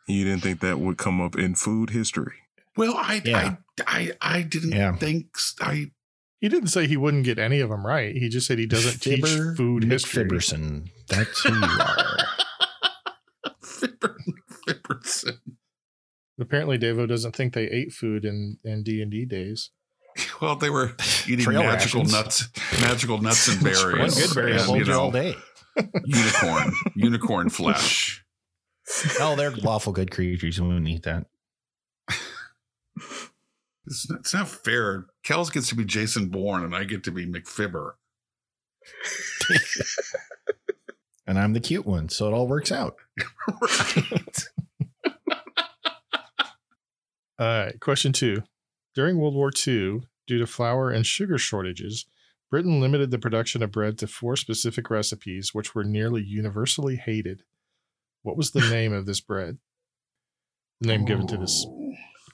Speaker 2: You didn't think that would come up in food history?
Speaker 3: Well, I
Speaker 1: Yeah.
Speaker 3: I, I I didn't
Speaker 1: Yeah.
Speaker 3: think s- I (laughs)
Speaker 4: He didn't say he wouldn't get any of them right. He just said he doesn't teach food history.
Speaker 1: McFibberson. That's who you
Speaker 2: (laughs)
Speaker 1: are.
Speaker 3: Fibber- Fibberson.
Speaker 4: Apparently, Devo doesn't think they ate food in in D and D days.
Speaker 3: Well,
Speaker 1: (laughs)
Speaker 3: they were eating
Speaker 1: Trail
Speaker 3: magical
Speaker 1: rations.
Speaker 3: nuts, magical
Speaker 1: (laughs)
Speaker 3: nuts and
Speaker 1: One
Speaker 3: berries,
Speaker 1: good berry
Speaker 3: and,
Speaker 1: will hold
Speaker 3: you
Speaker 1: you all
Speaker 3: know,
Speaker 1: day.
Speaker 3: unicorn,
Speaker 1: (laughs)
Speaker 3: unicorn flesh.
Speaker 1: Oh, they're lawful good creatures. We wouldn't eat that.
Speaker 3: It's not, it's not fair. Kels gets to be Jason Bourne, and I get to be McFibber.
Speaker 4: (laughs)
Speaker 1: And I'm the cute one, so it all works out.
Speaker 3: Right.
Speaker 4: All right. Question two: During World War II, due to flour and sugar shortages, Britain limited the production of bread to four specific recipes, which were nearly universally hated. What was the name of this bread? The name given to
Speaker 3: Oh.
Speaker 4: this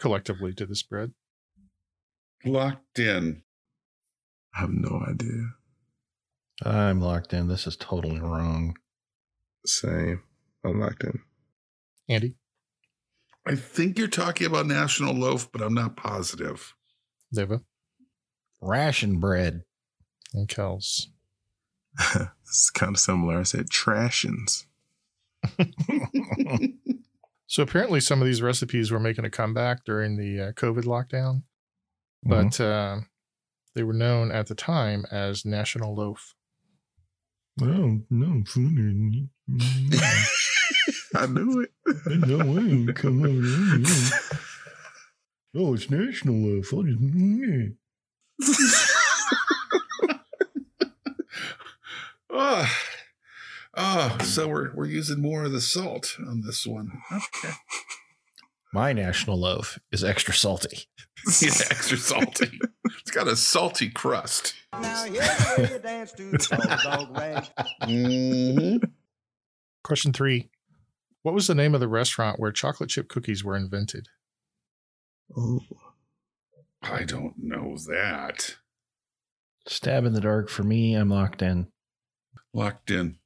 Speaker 4: collectively to this bread.
Speaker 3: (laughs) Locked in.
Speaker 2: I have no idea.
Speaker 1: I'm locked in. This is totally wrong.
Speaker 2: Same. I'm locked in.
Speaker 4: Andy,
Speaker 3: I think you're talking about National Loaf, but I'm not positive.
Speaker 4: Devo,
Speaker 1: Ration bread. (laughs)
Speaker 4: and Kels.
Speaker 2: it's kind of similar. I said trashins.
Speaker 4: So apparently, some of these recipes were making a comeback during the uh, COVID lockdown, but uh, they were known at the time as National Loaf.
Speaker 1: Oh, no.
Speaker 2: I knew it.
Speaker 1: No way. Come on. Oh, it's National Loaf.
Speaker 3: Oh, oh so we're, we're using more of the salt on this one. Okay. (laughs)
Speaker 1: My National Loaf is extra salty.
Speaker 3: (laughs) Yeah, extra salty. (laughs) It's got a salty crust.
Speaker 6: Now here's the way you dance to the dog dog
Speaker 4: (laughs)
Speaker 6: rag.
Speaker 3: Mm-hmm.
Speaker 4: Question three: What was the name of the restaurant where chocolate chip cookies were invented?
Speaker 2: (laughs) Oh, (laughs)
Speaker 3: I don't know that.
Speaker 1: Stab in the dark for me. I'm locked in.
Speaker 3: Locked in.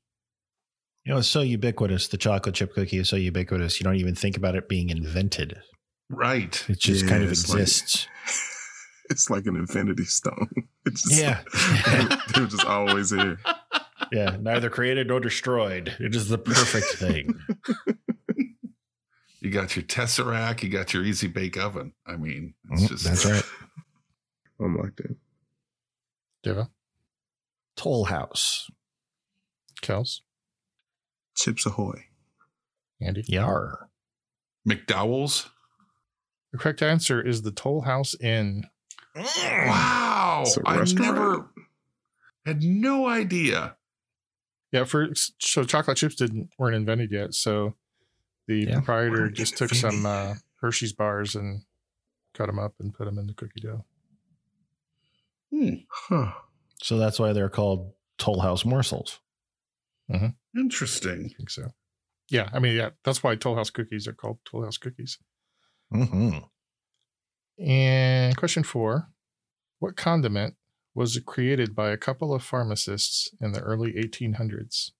Speaker 1: You know, it's so ubiquitous. The chocolate chip cookie is so ubiquitous. You don't even think about it being invented.
Speaker 3: Right.
Speaker 1: It just kind of
Speaker 2: Yeah, it's like-
Speaker 1: exists.
Speaker 2: it's like an infinity stone. (laughs) It's just,
Speaker 1: yeah.
Speaker 2: (laughs) they were just always here.
Speaker 1: yeah. Neither created nor destroyed. It is the perfect thing.
Speaker 3: You got your Tesseract, you got your Easy Bake Oven. I mean, it's
Speaker 4: Mm-hmm.
Speaker 1: Mm,
Speaker 3: just
Speaker 1: That's right.
Speaker 2: I'm locked in.
Speaker 4: Devo,
Speaker 1: Toll House.
Speaker 4: Kels,
Speaker 2: Chips Ahoy.
Speaker 4: Andy.
Speaker 1: Yar.
Speaker 3: McDowell's.
Speaker 4: The correct answer is the Toll House Inn.
Speaker 3: Wow.
Speaker 2: It's a
Speaker 3: I
Speaker 2: restaurant.
Speaker 3: never had no idea.
Speaker 4: Yeah, for so chocolate chips didn't weren't invented yet, so the
Speaker 1: Yeah.
Speaker 4: proprietor
Speaker 2: Weren't
Speaker 4: just took
Speaker 2: invented
Speaker 4: some uh,
Speaker 2: yet.
Speaker 4: Hershey's bars and cut them up and put them in the cookie dough.
Speaker 3: Hmm.
Speaker 2: Huh.
Speaker 1: So that's why they're called Toll House morsels.
Speaker 3: Interesting.
Speaker 4: think so. Yeah, I mean, yeah, that's why Toll House cookies are called Toll House cookies.
Speaker 1: hmm
Speaker 4: And question four: What condiment was created by a couple of pharmacists in the early 1800s?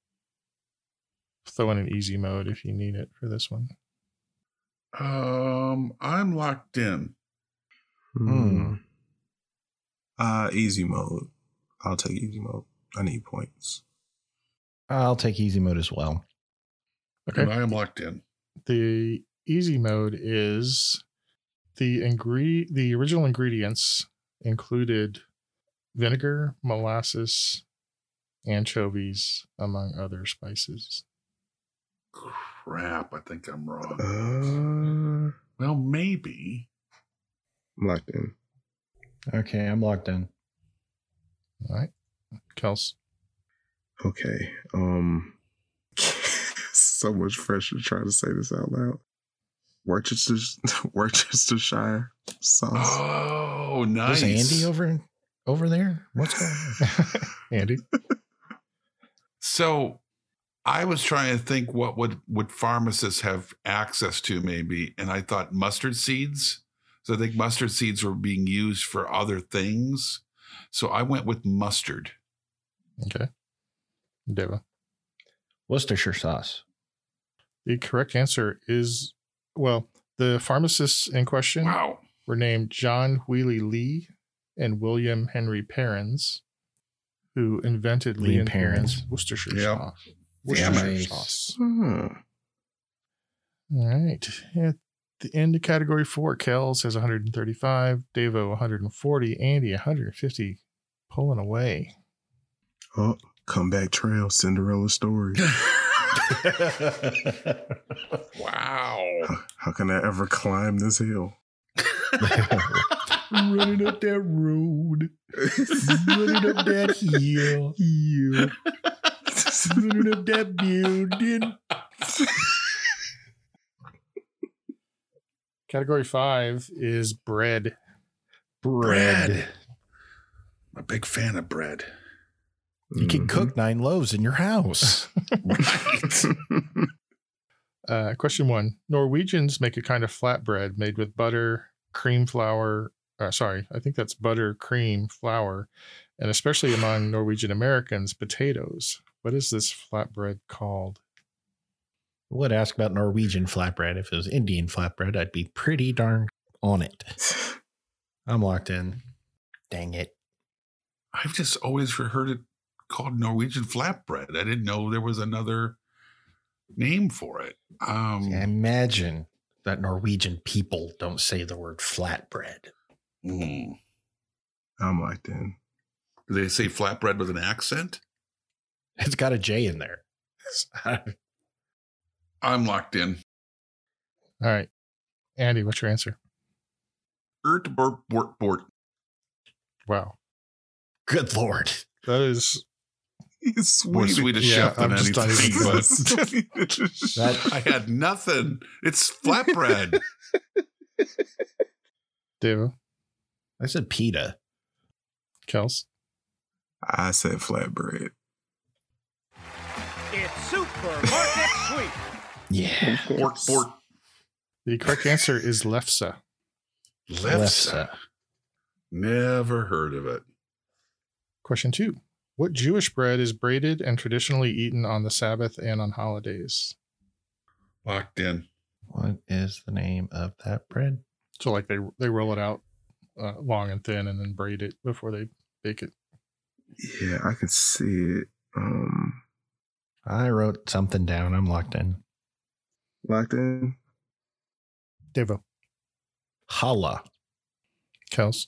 Speaker 4: Throw in an easy mode if you need it for this one.
Speaker 3: Um, I'm locked in.
Speaker 1: Hmm.
Speaker 2: Uh, easy mode. I'll take easy mode. I need points.
Speaker 1: I'll take easy mode as well.
Speaker 4: Okay.
Speaker 3: And I am locked in.
Speaker 4: The easy mode is the ingre- the original ingredients included vinegar, molasses, anchovies, among other spices.
Speaker 3: Crap, I think I'm wrong.
Speaker 2: Uh,
Speaker 3: Well, maybe.
Speaker 2: I'm locked in.
Speaker 1: Okay, I'm locked in.
Speaker 4: All right. Kels.
Speaker 2: Okay. Um (laughs) so much pressure trying to say this out loud. Worcester (laughs) Worcestershire
Speaker 1: (gasps)
Speaker 2: sauce.
Speaker 3: Oh, nice.
Speaker 1: Is Andy over over there? What's going on?
Speaker 4: Andy.
Speaker 3: So I was trying to think what would would pharmacists have access to maybe, and I thought mustard seeds. So I think mustard seeds were being used for other things. So I went with mustard.
Speaker 4: Okay. Deva.
Speaker 1: Worcestershire sauce.
Speaker 4: The correct answer is well, the pharmacists in question
Speaker 3: Wow.
Speaker 4: were named John Wheely Lee and William Henry Perrins, who invented
Speaker 1: Lee
Speaker 4: Lee and Perrins
Speaker 1: Perrins.
Speaker 4: Worcestershire
Speaker 3: Yeah.
Speaker 4: sauce.
Speaker 1: Damn
Speaker 4: Worcestershire
Speaker 1: it.
Speaker 4: sauce.
Speaker 2: Hmm.
Speaker 4: All right. At the end of category four, Kells has 135, Davo 140, Andy 150, pulling away.
Speaker 2: Oh, comeback trail,
Speaker 1: (laughs)
Speaker 2: Cinderella story.
Speaker 3: Wow.
Speaker 2: How can I ever climb this hill?
Speaker 1: Running up that road. Running up that hill.
Speaker 2: You.
Speaker 1: Running up that building.
Speaker 4: Category five is bread.
Speaker 1: Bread.
Speaker 3: I'm a big fan of bread.
Speaker 1: You can
Speaker 2: Hmm.
Speaker 1: cook nine loaves in your house. (laughs)
Speaker 2: (laughs) Mhm.
Speaker 4: Uh, question one Norwegians make a kind of flatbread made with butter, cream flour. Uh, sorry, I think that's butter, cream, flour, and especially among Norwegian Americans, potatoes. What is this flatbread called?
Speaker 1: Would ask about Norwegian flatbread. If it was Indian flatbread, I'd be pretty darn on it. I'm locked in. Dang it.
Speaker 3: I've just always heard it called Norwegian flatbread. I didn't know there was another name for it. Um,
Speaker 1: I imagine that Norwegian people don't say the word flatbread.
Speaker 2: Mm-hmm.
Speaker 3: mm.
Speaker 2: I'm locked (laughs) in.
Speaker 3: Do they say flatbread with an accent?
Speaker 1: It's got a J in there. (laughs)
Speaker 3: I'm locked in.
Speaker 4: All right. Andy, what's your answer?
Speaker 3: Ert bort bort bort.
Speaker 4: Wow.
Speaker 1: Good lord.
Speaker 4: That is,
Speaker 2: It's
Speaker 3: More
Speaker 2: Swedish.
Speaker 3: Swedish
Speaker 4: Yeah,
Speaker 3: chef than
Speaker 4: I'm just not
Speaker 3: anything,
Speaker 4: even-
Speaker 2: (laughs)
Speaker 3: but
Speaker 1: (laughs) That-
Speaker 3: I had nothing. It's flatbread.
Speaker 4: Davo,
Speaker 1: I said PETA.
Speaker 4: Kels.
Speaker 2: I said flatbread.
Speaker 5: It's supermarket sweep.
Speaker 1: Yeah.
Speaker 3: bort bort.
Speaker 4: The correct answer is lefse.
Speaker 3: Lefse. Never heard of it.
Speaker 4: Question two What Jewish bread is braided and traditionally eaten on the Sabbath and on holidays?
Speaker 3: Locked in.
Speaker 1: What is the name of that bread?
Speaker 4: So, like, they, they roll it out uh, long and thin and then braid it before they bake it.
Speaker 2: Yeah, I can see it. Um,
Speaker 1: I wrote something down. I'm locked in.
Speaker 2: locked in.
Speaker 4: Devo.
Speaker 1: Challah.
Speaker 4: Kels.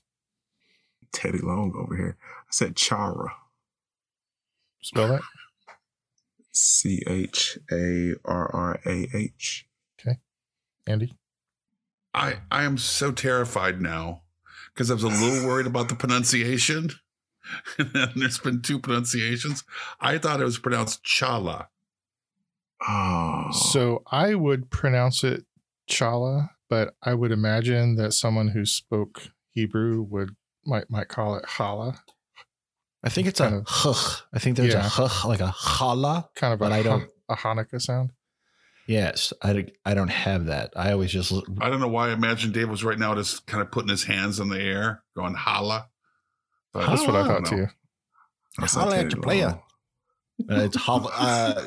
Speaker 2: Teddy Long over here. I said Chara.
Speaker 4: Spell that.
Speaker 2: C H A R R A H.
Speaker 4: Andy.
Speaker 3: I I am so terrified now because I was a little worried about the pronunciation. (laughs) And then there's been two pronunciations. I thought it was pronounced chala.
Speaker 2: Oh.
Speaker 4: So, I would pronounce it chala, but I would imagine that someone who spoke Hebrew would might might call it challah,
Speaker 1: I think it's
Speaker 4: Kind
Speaker 1: a
Speaker 4: of-
Speaker 1: huh. I think there's
Speaker 4: Yeah.
Speaker 1: a huh, like a challah.
Speaker 4: kind of a,
Speaker 1: But I
Speaker 4: Han-
Speaker 1: don't-
Speaker 4: a Hanukkah sound.
Speaker 1: Yes. I, don't- I don't have that. I always just. l-
Speaker 3: I don't know why I imagine Dave was right now just kind of putting his hands in the air, going hala. But
Speaker 4: Uh, That's what I
Speaker 1: Challah.
Speaker 4: thought too.
Speaker 2: I said
Speaker 1: Holla at
Speaker 2: Teddy
Speaker 1: your player. Uh, it's challah. Uh,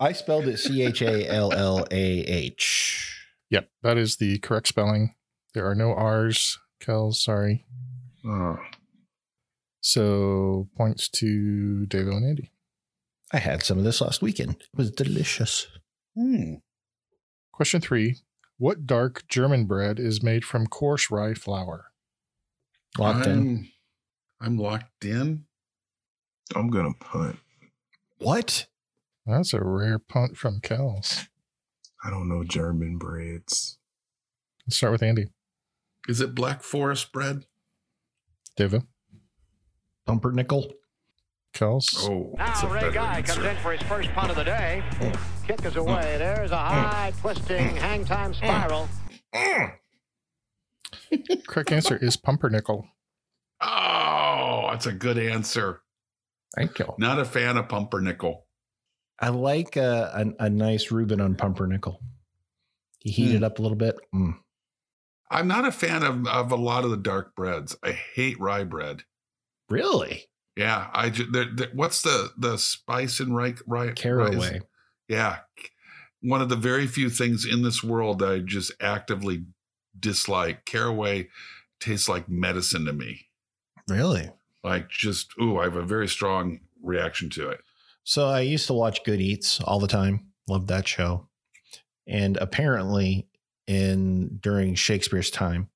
Speaker 1: I spelled it C H A L L A H.
Speaker 4: Yep, that is the correct spelling. There are no R's, Kels, sorry.
Speaker 2: Oh,
Speaker 4: So points to Davo and Andy.
Speaker 1: I had some of this last weekend. It was delicious.
Speaker 3: Hmm.
Speaker 4: Question three What dark German bread is made from coarse rye flour?
Speaker 1: Locked in.
Speaker 3: I'm- I'm locked in.
Speaker 2: I'm gonna punt.
Speaker 1: What?
Speaker 4: That's a rare punt from Kells.
Speaker 2: I don't know German breads.
Speaker 4: Let's start with Andy.
Speaker 3: Is it Black Forest bread?
Speaker 4: Deva,
Speaker 1: Pumpernickel.
Speaker 4: Kells,
Speaker 3: Oh, that's a
Speaker 5: Now Ray
Speaker 3: better
Speaker 5: Guy comes in
Speaker 3: answer.
Speaker 5: for his first punt of the day. Kick is away. There's a high twisting hang time spiral.
Speaker 4: Correct answer is pumpernickel.
Speaker 3: Oh, that's a good answer.
Speaker 1: Thank you.
Speaker 3: Not a fan of pumpernickel.
Speaker 1: I like a, a, a nice Reuben on pumpernickel. You heat it up a little bit. Mm.
Speaker 3: I'm not a fan of, of a lot of the dark breads. I hate rye bread.
Speaker 1: Really?
Speaker 3: Yeah, I just what's the the spice in rye rye rye
Speaker 1: Caraway.
Speaker 3: is- yeah, one of the very few things in this world that I just actively dislike. Caraway tastes like medicine to me.
Speaker 1: Really?
Speaker 3: Like just ooh, I have a very strong reaction to it.
Speaker 1: So I used to watch Good Eats all the time. Loved that show. And apparently, in during Shakespeare's time,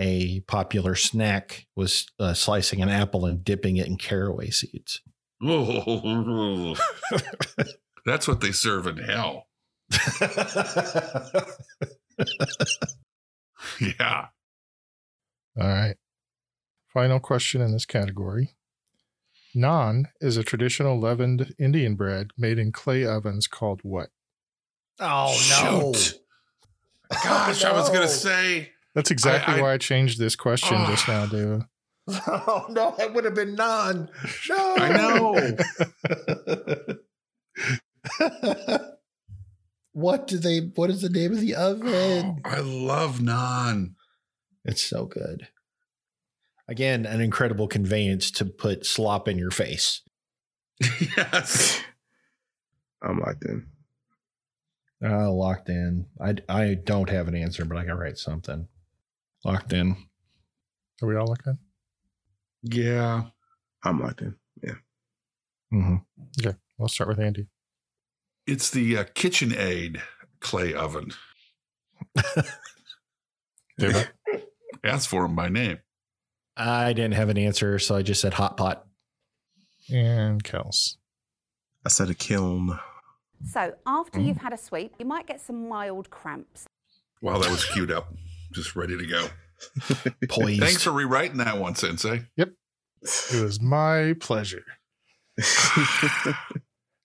Speaker 1: a popular snack was uh, slicing an apple and dipping it in caraway seeds.
Speaker 3: Ooh. That's what they serve in hell. Yeah.
Speaker 4: All right. Final question in this category. Naan is a traditional leavened Indian bread made in clay ovens called what?
Speaker 1: oh
Speaker 3: Shoot. Gosh, I was gonna say
Speaker 4: That's exactly
Speaker 3: I- Ah.
Speaker 4: why I changed this question just now, David.
Speaker 1: (laughs) Oh no! That would have been none. No,
Speaker 3: I know.
Speaker 1: (laughs) what do they? What is the name of the
Speaker 3: Oh,
Speaker 1: oven?
Speaker 3: (gasps) I love naan. (laughs)
Speaker 1: It's so good. Again, an incredible conveyance to put slop in your face.
Speaker 3: yes.
Speaker 2: I'm locked in.
Speaker 1: Uh, locked in. I I don't have an answer, but I can write something. Locked in.
Speaker 4: Are we all looking?
Speaker 3: Yeah.
Speaker 2: I'm locked in.
Speaker 1: Mm-hmm.
Speaker 4: We'll start with Andy.
Speaker 3: It's the uh, KitchenAid clay oven.
Speaker 4: David,
Speaker 3: Ask for them by name.
Speaker 1: I didn't have an answer, so I just said hot pot.
Speaker 4: and Kels.
Speaker 2: I said a (laughs) kiln.
Speaker 7: So, after
Speaker 8: Mm-hmm.
Speaker 7: you've had a sweep, you might get some mild cramps.
Speaker 3: Wow, that was queued up. Just ready to go.
Speaker 1: Poised.
Speaker 3: (laughs) Thanks for rewriting that one, Sensei.
Speaker 4: It was my pleasure.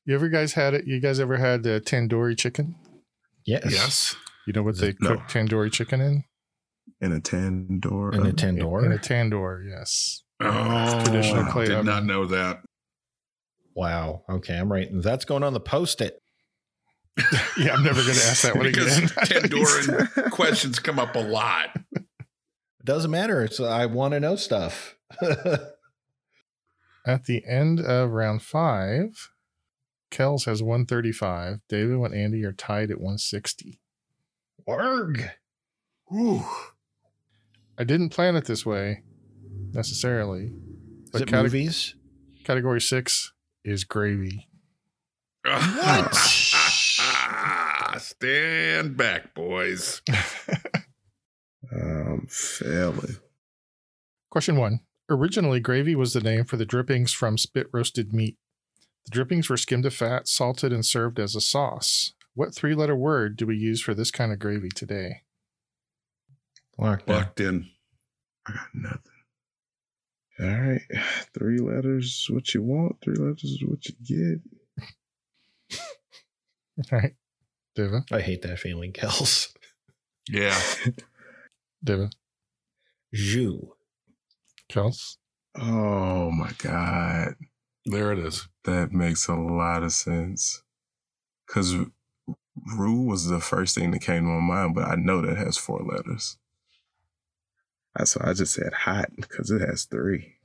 Speaker 4: You ever guys had it? You guys ever had uh, tandoori chicken?
Speaker 1: yes.
Speaker 3: Yes.
Speaker 4: You know what they
Speaker 2: No.
Speaker 4: cook tandoori chicken in?
Speaker 2: In a tandoor.
Speaker 1: In a
Speaker 2: oven.
Speaker 4: In a
Speaker 1: tandoor.
Speaker 4: tandoor, yes.
Speaker 3: Oh,
Speaker 4: Traditional clay
Speaker 3: did
Speaker 4: oven.
Speaker 3: not know that.
Speaker 1: Wow. Okay, I'm writing. That's going on the post it.
Speaker 4: Yeah, I'm never going to ask that
Speaker 3: (laughs)
Speaker 4: one
Speaker 3: because
Speaker 4: again. (laughs)
Speaker 3: Tandoran questions come up a lot.
Speaker 1: Doesn't matter. It's I want to know stuff. (laughs)
Speaker 4: At the end of round five, Kells has 135. David and Andy are tied at 160.
Speaker 1: Org.
Speaker 3: (laughs) Ooh.
Speaker 4: I didn't plan it this way necessarily.
Speaker 1: Is
Speaker 4: But
Speaker 1: it
Speaker 4: cate-
Speaker 1: movies?
Speaker 4: category six is gravy.
Speaker 3: What? Stand back, boys.
Speaker 2: Um, failing.
Speaker 4: Question one. Originally, gravy was the name for the drippings from spit roasted meat. The drippings were skimmed of fat, salted, and served as a sauce. What three letter word do we use for this kind of gravy today? (laughs)
Speaker 1: Locked in.
Speaker 3: Locked in.
Speaker 2: I got nothing. All right. (sighs) Three letters is what you want. Three letters is what you get.
Speaker 4: All right. Diva,
Speaker 1: I hate that feeling, Kels.
Speaker 3: Yeah.
Speaker 4: Diva,
Speaker 1: Zhu.
Speaker 4: Kels,
Speaker 2: Oh my God.
Speaker 3: There it is.
Speaker 2: That makes a lot of sense. Because Rue was the first thing that came to my mind, but I know that has four letters. That's why I just said hot because it has three.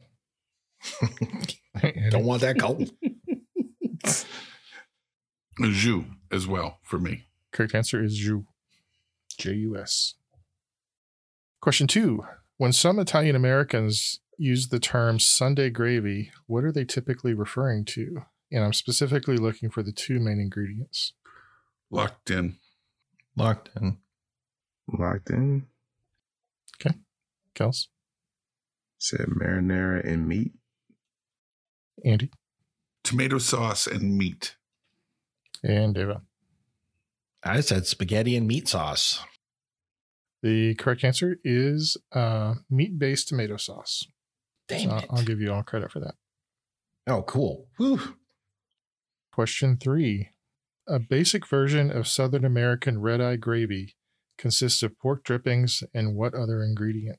Speaker 1: Don't want (laughs) that cold.
Speaker 3: Zhu as well for me.
Speaker 4: Correct answer is jus. J U S. Question two. When some Italian Americans use the term Sunday gravy, what are they typically referring to? And I'm specifically looking for the two main ingredients.
Speaker 3: Locked in.
Speaker 1: Locked in.
Speaker 2: Locked in.
Speaker 4: Kels,
Speaker 2: Said marinara and meat.
Speaker 4: Andy
Speaker 3: Tomato sauce and meat.
Speaker 4: and Deva.
Speaker 1: I said spaghetti and meat sauce.
Speaker 4: The correct answer is uh, meat based tomato sauce.
Speaker 1: Damn
Speaker 4: So
Speaker 1: it.
Speaker 4: I'll give you all credit for that.
Speaker 1: oh, cool. Whew.
Speaker 4: Question three A basic version of Southern American red eye gravy consists of pork drippings and what other ingredient?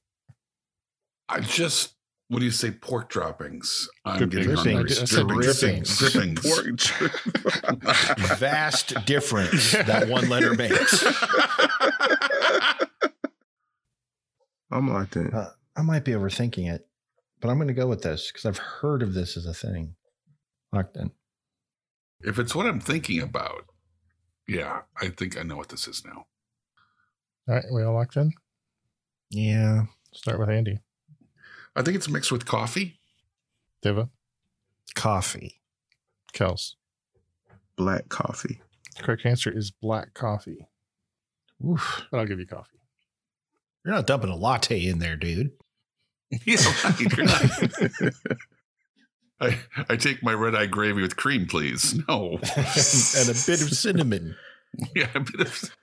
Speaker 3: I just what do you say? Pork droppings. I'm
Speaker 4: Drippings.
Speaker 3: getting hungry.
Speaker 1: Drippings.
Speaker 4: I said
Speaker 3: Drippings.
Speaker 1: drippings.
Speaker 3: Drippings.
Speaker 2: Pork chop.
Speaker 3: (laughs)
Speaker 1: Vast difference that one (laughs) letter makes.
Speaker 2: I'm locked in.
Speaker 1: Uh, I might be overthinking it, but I'm going to go with this because I've heard of this as a thing. Locked in.
Speaker 3: If it's what I'm thinking about, yeah, I think I know what this is now.
Speaker 4: All right, we all locked in?
Speaker 1: Yeah.
Speaker 4: Start with Andy.
Speaker 3: I think it's mixed with coffee. (laughs)
Speaker 4: Deva,
Speaker 1: Coffee.
Speaker 4: Kels.
Speaker 2: Black coffee.
Speaker 4: Correct answer is black coffee,
Speaker 1: Oof.
Speaker 4: but I'll give you coffee.
Speaker 1: You're not dumping a latte in there,
Speaker 3: (laughs)
Speaker 1: dude.
Speaker 3: Yeah, right, you're not-
Speaker 1: (laughs)
Speaker 3: I, I take my red eye gravy with cream, please. (laughs) No.
Speaker 1: and a bit of cinnamon.
Speaker 3: (laughs) Yeah, a bit of,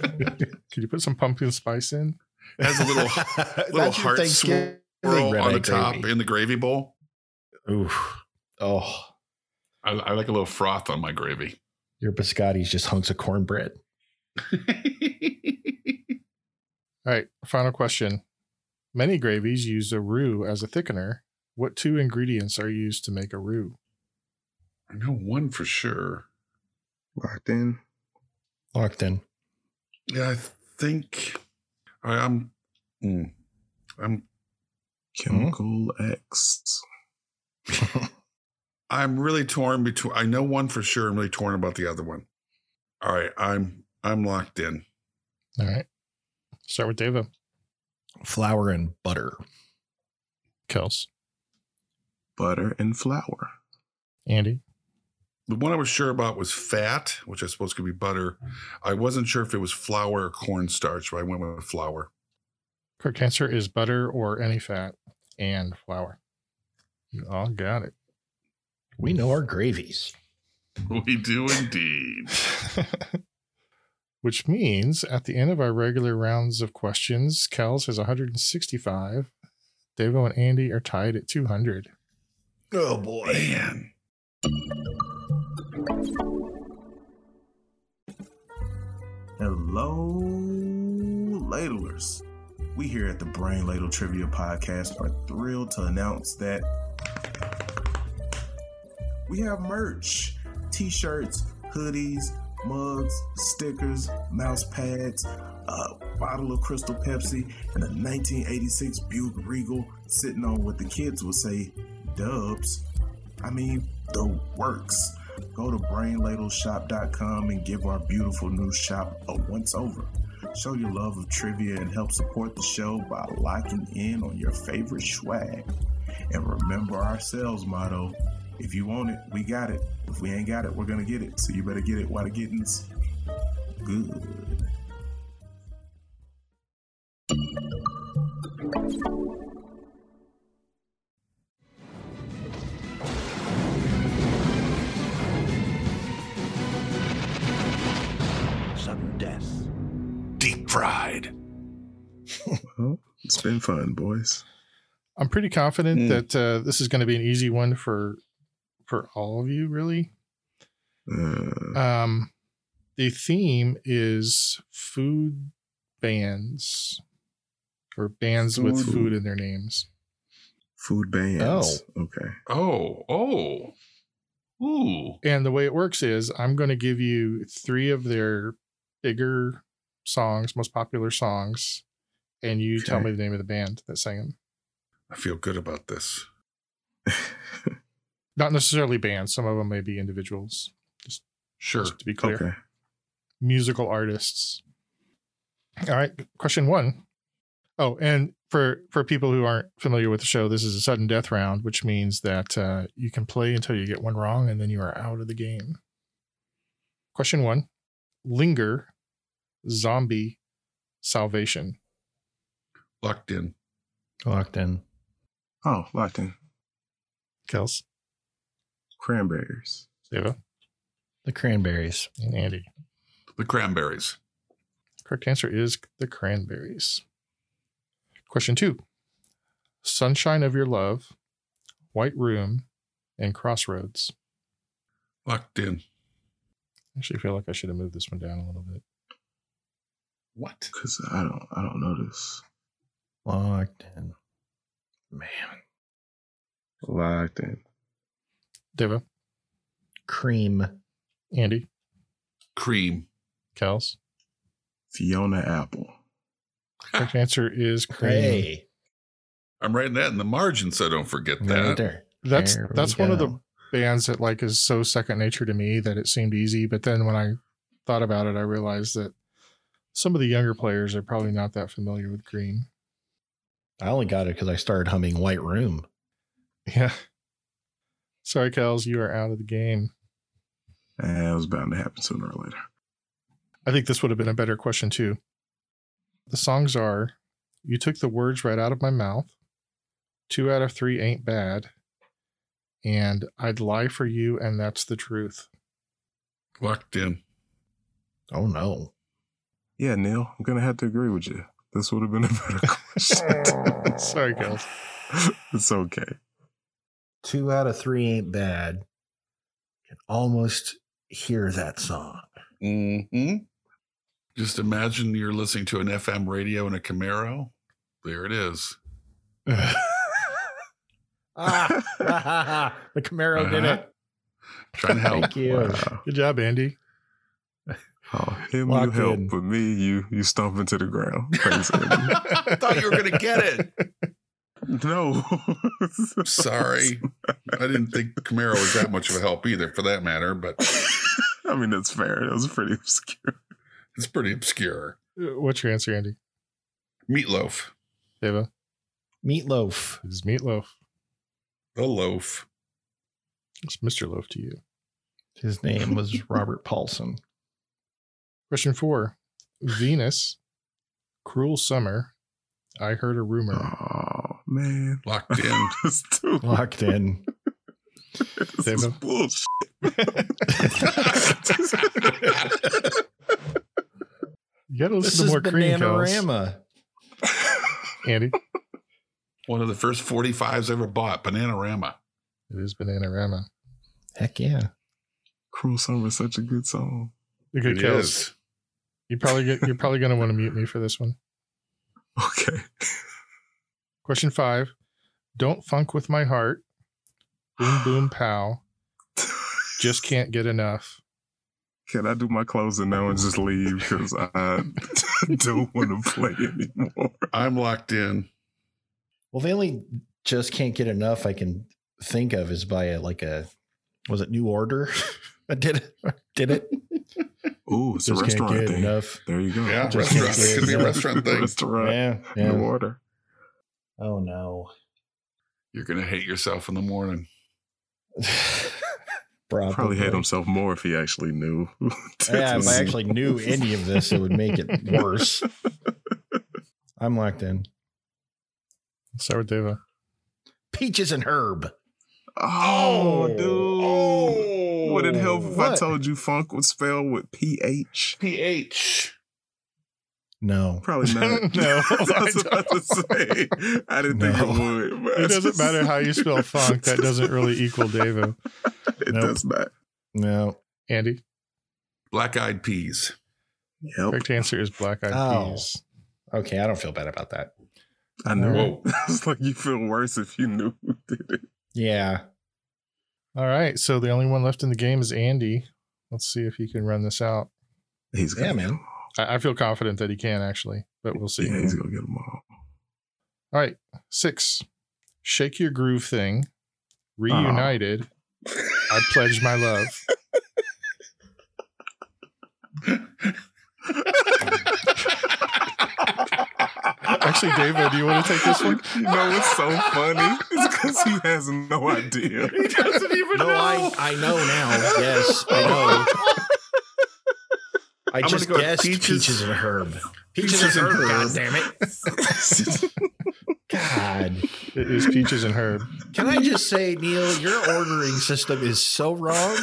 Speaker 4: Could you put some pumpkin spice in?
Speaker 3: has
Speaker 1: (laughs)
Speaker 3: a little little
Speaker 1: That's your
Speaker 3: heart swirl
Speaker 1: Thanksgiving red
Speaker 3: on
Speaker 1: eye
Speaker 3: the top
Speaker 1: gravy.
Speaker 3: in the gravy bowl.
Speaker 1: Oof. Oh,
Speaker 3: I, I like a little froth on my gravy.
Speaker 1: your biscotti's just hunks of cornbread.
Speaker 4: All right, final question. Many gravies use a roux as a thickener. What two ingredients are used to make a roux?
Speaker 3: I know one for sure.
Speaker 2: Locked in.
Speaker 1: Locked in.
Speaker 3: Yeah, I think I, I'm. mm, I'm
Speaker 2: Chemical X.
Speaker 3: I'm really torn between. I know one for sure. I'm really torn about the other one. All right, I'm I'm locked in.
Speaker 4: All right. Start with Deva.
Speaker 1: Flour and butter.
Speaker 4: Kels.
Speaker 2: Butter and flour.
Speaker 4: Andy.
Speaker 3: The one I was sure about was fat, which I suppose could be butter. I wasn't sure if it was flour or cornstarch, but I went with flour.
Speaker 4: Correct answer is butter or any fat and flour. You all got it.
Speaker 1: We know our gravies.
Speaker 3: (laughs) We do indeed.
Speaker 4: (laughs) Which means at the end of our regular rounds of questions, Kels has 165. Devo and Andy are tied at 200.
Speaker 1: Oh, boy.
Speaker 3: Man,
Speaker 2: Hello, ladlers. We here at the Brain Ladle Trivia Podcast are thrilled to announce that we have merch t shirts, hoodies, mugs, stickers, mouse pads, a bottle of Crystal Pepsi, and a 1986 Buick Regal sitting on what the kids would say dubs. I mean, the works go to brainladleshop.com and give our beautiful new shop a once over. Show your love of trivia and help support the show by locking in on your favorite swag. And remember our sales motto if you want it, we got it. If we ain't got it, we're going to get it. So you better get it while the getting's good.
Speaker 6: Sudden death.
Speaker 3: deep fried.
Speaker 2: It's been fun, boys.
Speaker 4: I'm pretty confident
Speaker 3: Mm.
Speaker 4: that uh, this is going to be an easy one for for all of you, really.
Speaker 2: Uh,
Speaker 4: Um, the theme is food bands or bands with
Speaker 2: Food.
Speaker 4: food in their names.
Speaker 2: food
Speaker 1: bands.
Speaker 2: Okay.
Speaker 3: Oh, oh, ooh.
Speaker 4: And the way it works is I'm going to give you three of their bigger songs, most popular songs, and you tell
Speaker 2: Okay.
Speaker 4: me the name of the band that sang them.
Speaker 3: I feel good about this.
Speaker 4: Not necessarily bands, some of them may be individuals,
Speaker 3: Sure.
Speaker 4: just to be clear. Musical artists. All right, question 1. Oh, and for for people who aren't familiar with the show, this is a sudden death round, which means that uh, you can play until you get one wrong and then you are out of the game. Question 1. Linger zombie salvation.
Speaker 3: Locked in.
Speaker 1: Locked in.
Speaker 2: Oh, locked in.
Speaker 4: Kels,
Speaker 2: Cranberries.
Speaker 4: Deva,
Speaker 1: The cranberries.
Speaker 4: and Andy.
Speaker 3: The cranberries.
Speaker 4: Correct answer is the cranberries. Question two Sunshine of Your Love, White Room, and Crossroads.
Speaker 3: Locked in.
Speaker 4: Actually, I feel like I should have moved this one down a little bit.
Speaker 3: What?
Speaker 2: Cause I don't I don't know this.
Speaker 1: Locked in. Man.
Speaker 2: Locked in.
Speaker 4: Deva,
Speaker 1: Cream.
Speaker 4: Andy,
Speaker 3: Cream.
Speaker 4: Kels.
Speaker 2: Fiona Apple.
Speaker 4: Correct answer is cream.
Speaker 1: Hey.
Speaker 3: I'm writing that in the margin, so don't forget
Speaker 1: Right
Speaker 3: that.
Speaker 1: there.
Speaker 4: That's
Speaker 1: There we
Speaker 4: that's one of the
Speaker 1: go.
Speaker 4: bands that like is so second nature to me that it seemed easy. But then when I thought about it, I realized that some of the younger players are probably not that familiar with green.
Speaker 1: I only got it because I started humming White Room.
Speaker 4: (laughs) Yeah. Sorry, Kels, you are out of the game.
Speaker 2: Eh, it was bound to happen sooner or later.
Speaker 4: I think this would have been a better question too. The songs are You Took the Words Right Out of My Mouth, Two Out of Three Ain't Bad, and I'd Lie for You and That's the Truth. (laughs)
Speaker 3: Locked in.
Speaker 1: Oh no.
Speaker 2: Yeah, Neil, I'm gonna have to agree with you. This would have been a better (laughs)
Speaker 1: (laughs)
Speaker 2: question.
Speaker 4: Sorry, (laughs) Kels.
Speaker 2: it's okay.
Speaker 1: Two out of three ain't bad. Can almost hear that song.
Speaker 3: Mm-hmm. Just imagine you're listening to an FM radio in a Camaro. There it is.
Speaker 1: ah, (laughs) the Camaro did it.
Speaker 3: Trying to help.
Speaker 1: Thank you.
Speaker 2: Wow.
Speaker 4: Good job, Andy.
Speaker 2: Oh, him
Speaker 1: Locked
Speaker 2: you help,
Speaker 1: in.
Speaker 2: but me you you stomp into the
Speaker 1: (laughs)
Speaker 2: ground. Thanks, Andy.
Speaker 3: (laughs) I thought you were going to get it.
Speaker 2: no.
Speaker 3: Sorry. I didn't think Camaro was that much of a help either, for that matter, but
Speaker 2: (laughs) I mean that's fair. That was pretty obscure.
Speaker 3: it's pretty obscure.
Speaker 4: Uh, What's your answer, Andy?
Speaker 3: Meatloaf.
Speaker 4: Deva?
Speaker 1: Meatloaf.
Speaker 4: It's Meatloaf.
Speaker 3: The loaf.
Speaker 4: It's Mr. Loaf to you.
Speaker 1: His name was
Speaker 4: (laughs)
Speaker 1: Robert Paulson.
Speaker 4: Question four Venus, Cruel Summer, I Heard a Rumor.
Speaker 2: Oh man. (laughs)
Speaker 3: Locked in.
Speaker 2: this dude,
Speaker 1: Locked in.
Speaker 2: this
Speaker 4: Dave.
Speaker 2: is bullshit.
Speaker 1: (laughs)
Speaker 4: You got to
Speaker 1: This
Speaker 4: listen
Speaker 1: is
Speaker 4: to more cream, Kels.
Speaker 1: Bananarama.
Speaker 4: Andy?
Speaker 3: One of the first 45s I ever bought, Bananarama.
Speaker 4: It is Bananarama.
Speaker 1: Heck yeah.
Speaker 2: (laughs) Cruel Summer is such a good song.
Speaker 4: Okay,
Speaker 3: It
Speaker 4: Kels.
Speaker 3: is.
Speaker 4: You probably get, you're probably going to want to mute me for this one.
Speaker 2: Okay. (laughs)
Speaker 4: Question five: Don't funk with my heart. Boom boom pow. Just can't get enough.
Speaker 2: Can I do my closing now and just leave? Because I (laughs) don't want to play anymore.
Speaker 3: I'm locked in.
Speaker 1: Well, the only just can't get enough I can think of is by a, like a was it New Order (laughs) that did it? Did it?
Speaker 2: Ooh, it's a restaurant
Speaker 1: (laughs)
Speaker 2: thing.
Speaker 1: enough.
Speaker 2: There you go.
Speaker 3: Yeah,
Speaker 1: Just
Speaker 3: restaurant.
Speaker 1: can't get
Speaker 3: Could be a
Speaker 1: enough.
Speaker 2: (laughs)
Speaker 3: restaurant thing.
Speaker 2: Restaurant.
Speaker 1: Yeah,
Speaker 2: New
Speaker 1: yeah.
Speaker 2: order.
Speaker 1: Oh
Speaker 2: (laughs)
Speaker 1: no,
Speaker 3: You're going to hate yourself in the morning.
Speaker 1: probably.
Speaker 2: Probably hate himself more if he actually knew.
Speaker 1: (laughs)
Speaker 2: (laughs)
Speaker 1: Yeah, if I actually knew any of this, it would make it
Speaker 2: (laughs)
Speaker 1: worse. I'm locked in.
Speaker 4: Sour Deva.
Speaker 1: Peaches and herb.
Speaker 2: Oh, dude.
Speaker 4: Oh.
Speaker 2: Would it help if I
Speaker 1: What?
Speaker 2: told you funk was spelled with PH?
Speaker 3: PH.
Speaker 1: No,
Speaker 4: (laughs)
Speaker 2: Probably not.
Speaker 4: No,
Speaker 2: (laughs) That's what I was
Speaker 4: I don't.
Speaker 2: saying. I didn't think
Speaker 1: No.
Speaker 2: it would. but-
Speaker 4: It doesn't matter how you spell funk. That doesn't really
Speaker 2: (laughs)
Speaker 4: equal Deva.
Speaker 2: It
Speaker 1: Nope.
Speaker 2: does not.
Speaker 1: no.
Speaker 4: Andy,
Speaker 3: Black eyed peas.
Speaker 2: Yep.
Speaker 4: correct answer is black eyed
Speaker 1: Oh.
Speaker 4: peas.
Speaker 1: Okay, I don't feel bad about that.
Speaker 2: I know.
Speaker 3: Whoa.
Speaker 2: (laughs) it's like you feel worse if you knew who did it.
Speaker 1: Yeah,
Speaker 4: All right, so the only one left in the game is Andy. Let's see if he can run this out.
Speaker 2: He's
Speaker 1: yeah, man.
Speaker 4: I, I feel confident that he can actually, but we'll see.
Speaker 2: Yeah, he's gonna get them all.
Speaker 4: All right, six. Shake your groove thing. Reunited. I pledge my love. (laughs) Actually, David, do you want to take this one?
Speaker 2: (laughs) You know what's so funny? It's because he has no idea. (laughs)
Speaker 3: doesn't even (laughs)
Speaker 1: No, I I know now. Yes, I know. I
Speaker 3: gonna
Speaker 1: just
Speaker 3: go with
Speaker 1: guessed
Speaker 3: peaches.
Speaker 1: peaches. and herb. Peaches,
Speaker 3: Peaches
Speaker 1: and
Speaker 3: and
Speaker 1: herb.
Speaker 3: herb. (laughs)
Speaker 1: God damn it! God.
Speaker 4: It is peaches and herb.
Speaker 1: Can I just say, Neil, your ordering system is so
Speaker 3: (laughs)
Speaker 1: wrong.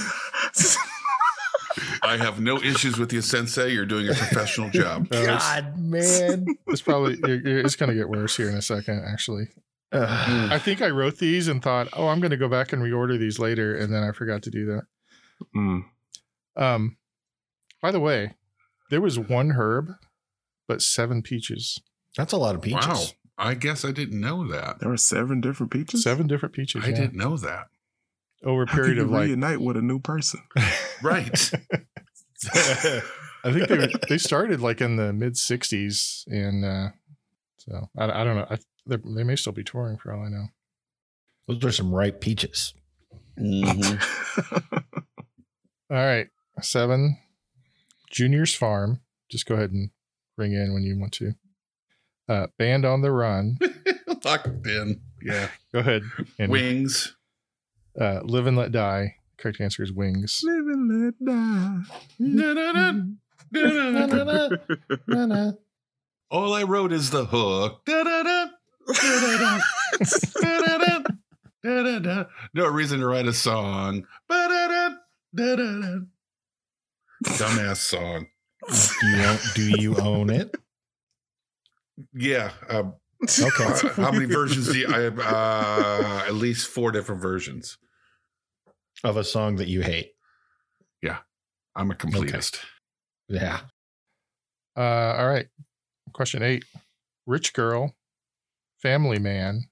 Speaker 3: I have no issues with you, Sensei. You're doing a professional job.
Speaker 4: Uh, it's-
Speaker 3: (laughs)
Speaker 1: man.
Speaker 4: It's probably you're, you're- it's going to get worse here in a second. Actually,
Speaker 1: Ugh.
Speaker 4: I think I wrote these and thought, oh, I'm going to go back and reorder these later, and then I forgot to do that.
Speaker 2: Mm.
Speaker 4: Um, by the way, there was one herb, but seven peaches,
Speaker 1: That's a lot of peaches.
Speaker 3: Wow. I guess I didn't know that.
Speaker 2: There were seven different peaches.
Speaker 4: seven different peaches.
Speaker 3: I
Speaker 4: yeah.
Speaker 3: didn't know that.
Speaker 4: over a
Speaker 2: How could
Speaker 4: period
Speaker 2: you
Speaker 4: of like.
Speaker 2: reunite with a new (laughs) person.
Speaker 3: Right.
Speaker 4: I
Speaker 3: (laughs)
Speaker 4: think they were, they started like in the mid '60s, and uh, so I, I don't know. I, they're- they may still be touring for all I know.
Speaker 1: Those are some ripe peaches.
Speaker 2: Mm-hmm.
Speaker 3: (laughs)
Speaker 9: Mhm.
Speaker 4: All right, seven. Junior's Farm. Just go ahead and ring in when you want to. Uh, Band on the Run.
Speaker 3: Locked in. Yeah.
Speaker 4: Go ahead. And,
Speaker 3: Wings.
Speaker 4: Uh, Live and Let Die. Correct answer is Wings.
Speaker 2: Live and let die.
Speaker 3: Da-da-da. All I wrote is the hook. Da-da-da. Da-da-da. Da-da-da. Da-da-da. No reason to write a song. Ba-da-da. Da-da-da. Dumbass song.
Speaker 1: Do you own, do you own it?
Speaker 3: Yeah. Um,
Speaker 2: (laughs)
Speaker 1: Okay.
Speaker 3: Uh, how many versions do you, I have? Uh, at least four different versions.
Speaker 1: Of a song that you hate.
Speaker 3: I'm a completist.
Speaker 1: Yeah.
Speaker 4: Uh, all right. Question eight. Rich Girl, Family Man,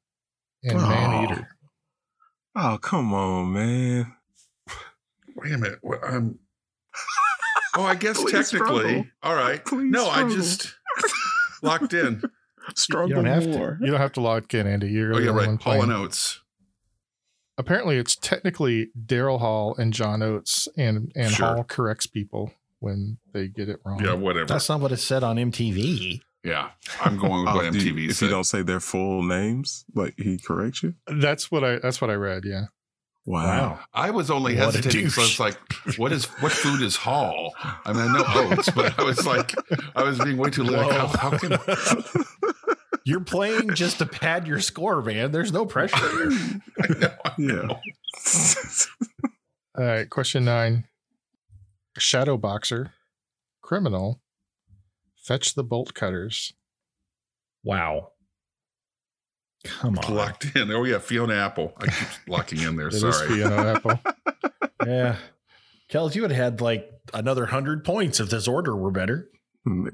Speaker 4: and Man Eater.
Speaker 2: Oh, come on, man.
Speaker 3: Wait a minute. Well, I'm. Oh, I guess
Speaker 2: Please
Speaker 3: technically.
Speaker 2: struggle.
Speaker 3: All right.
Speaker 2: Please
Speaker 3: no, I
Speaker 2: struggle.
Speaker 3: just locked in.
Speaker 2: struggle
Speaker 1: You don't have to.
Speaker 2: more.
Speaker 4: You don't have to log in, Andy. You're
Speaker 3: Oh yeah,
Speaker 4: the one
Speaker 3: right. Hall
Speaker 4: playing.
Speaker 3: and Oates.
Speaker 4: Apparently, it's technically Daryl Hall and John Oates, and and
Speaker 3: Sure.
Speaker 4: Hall corrects people when they get it wrong.
Speaker 3: Yeah, whatever.
Speaker 1: That's not what it said on MTV.
Speaker 3: yeah, I'm going with
Speaker 2: Oh,
Speaker 3: what
Speaker 2: do you-
Speaker 3: MTV
Speaker 2: if
Speaker 3: said.
Speaker 2: you don't say their full names, like he corrects you.
Speaker 4: That's what I. That's what I read. Yeah.
Speaker 2: Wow.
Speaker 3: I was only
Speaker 1: What a
Speaker 3: hesitating because I was
Speaker 1: douche.
Speaker 3: like, "What is what food is Hall?" I mean, I know Oates, but I was like, I was being way too lyrical. How, how can
Speaker 2: (laughs)
Speaker 1: You're playing just to pad your score, man. There's no pressure here.
Speaker 3: I know, I
Speaker 2: Yeah.
Speaker 3: know.
Speaker 4: All right. Question nine. Shadow boxer, criminal, fetch the bolt cutters.
Speaker 1: Wow. Come on.
Speaker 3: Locked in. Oh yeah, Fiona Apple. I keep locking in there.
Speaker 4: It is
Speaker 3: Sorry.
Speaker 4: Fiona Apple.
Speaker 1: Yeah. Kels, you would have had like another hundred points if this order were (laughs) better.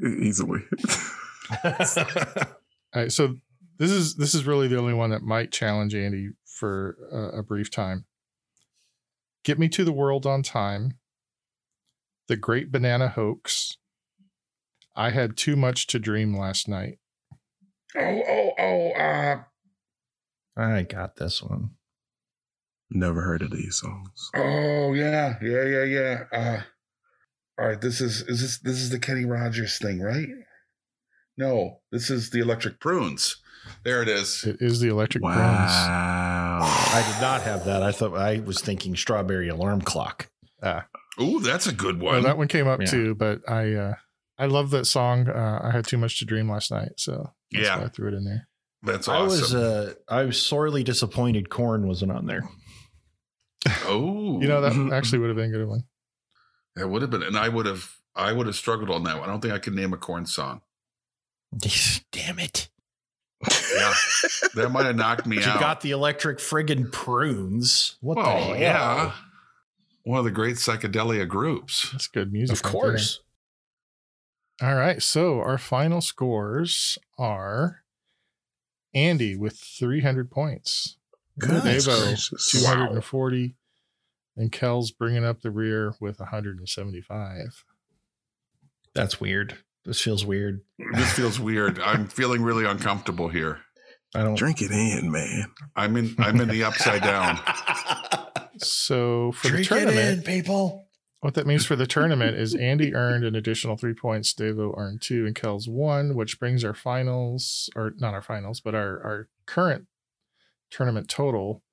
Speaker 2: Easily.
Speaker 4: All right, so this is this is really the only one that might challenge Andy for uh, a brief time. Get me to the world on time. The Great Banana Hoax. I had too much to dream last night.
Speaker 3: Oh oh oh. Uh,
Speaker 1: I got this one.
Speaker 2: Never heard of these songs.
Speaker 3: oh yeah yeah yeah yeah. Uh, all right. This is is this this is the Kenny Rogers thing, right? No, this is the Electric Prunes. There it is.
Speaker 4: It is the Electric Prunes.
Speaker 2: Wow.
Speaker 1: I did not have that. I thought I was thinking strawberry alarm clock.
Speaker 3: Oh, that's a good
Speaker 4: Well,
Speaker 3: one.
Speaker 4: that one came up
Speaker 1: Yeah.
Speaker 4: too, but I uh, I love that song. Uh, I had too much to dream last night, so that's
Speaker 3: Yeah.
Speaker 4: why I threw it in there.
Speaker 3: that's
Speaker 1: I was
Speaker 3: awesome.
Speaker 1: uh, I was sorely disappointed. Corn wasn't on there. (laughs)
Speaker 3: oh,
Speaker 4: You know
Speaker 3: Mm-hmm.
Speaker 4: that actually would have been a good one.
Speaker 3: That would have been, and I would have, I would have struggled on that one. I don't think I could name a corn song.
Speaker 1: Damn it!
Speaker 3: (laughs) Yeah, that might have knocked me
Speaker 1: But
Speaker 3: out.
Speaker 1: You got the electric friggin' prunes. What the
Speaker 3: oh
Speaker 1: hell?
Speaker 3: yeah, one of the great psychedelia groups.
Speaker 4: That's good music.
Speaker 1: Of
Speaker 4: right there.
Speaker 1: course.
Speaker 4: All right. So our final scores are Andy with 300 points,
Speaker 2: Goodness
Speaker 4: Devo,
Speaker 2: gracious.
Speaker 4: 240, and Kel's bringing up the rear with 175.
Speaker 1: That's weird. This feels weird.
Speaker 3: This feels weird. I'm feeling really uncomfortable here.
Speaker 1: I (laughs) don't
Speaker 2: Drink it in, man.
Speaker 3: I'm in, I'm in the upside
Speaker 9: (laughs)
Speaker 3: down.
Speaker 4: So for
Speaker 1: Drink
Speaker 4: the
Speaker 1: it in,
Speaker 4: tournament,
Speaker 1: people.
Speaker 4: what that means for the tournament is Andy earned an additional three points, Devo earned two, and Kel's one, which brings our finals, or not our finals, but our, our current tournament total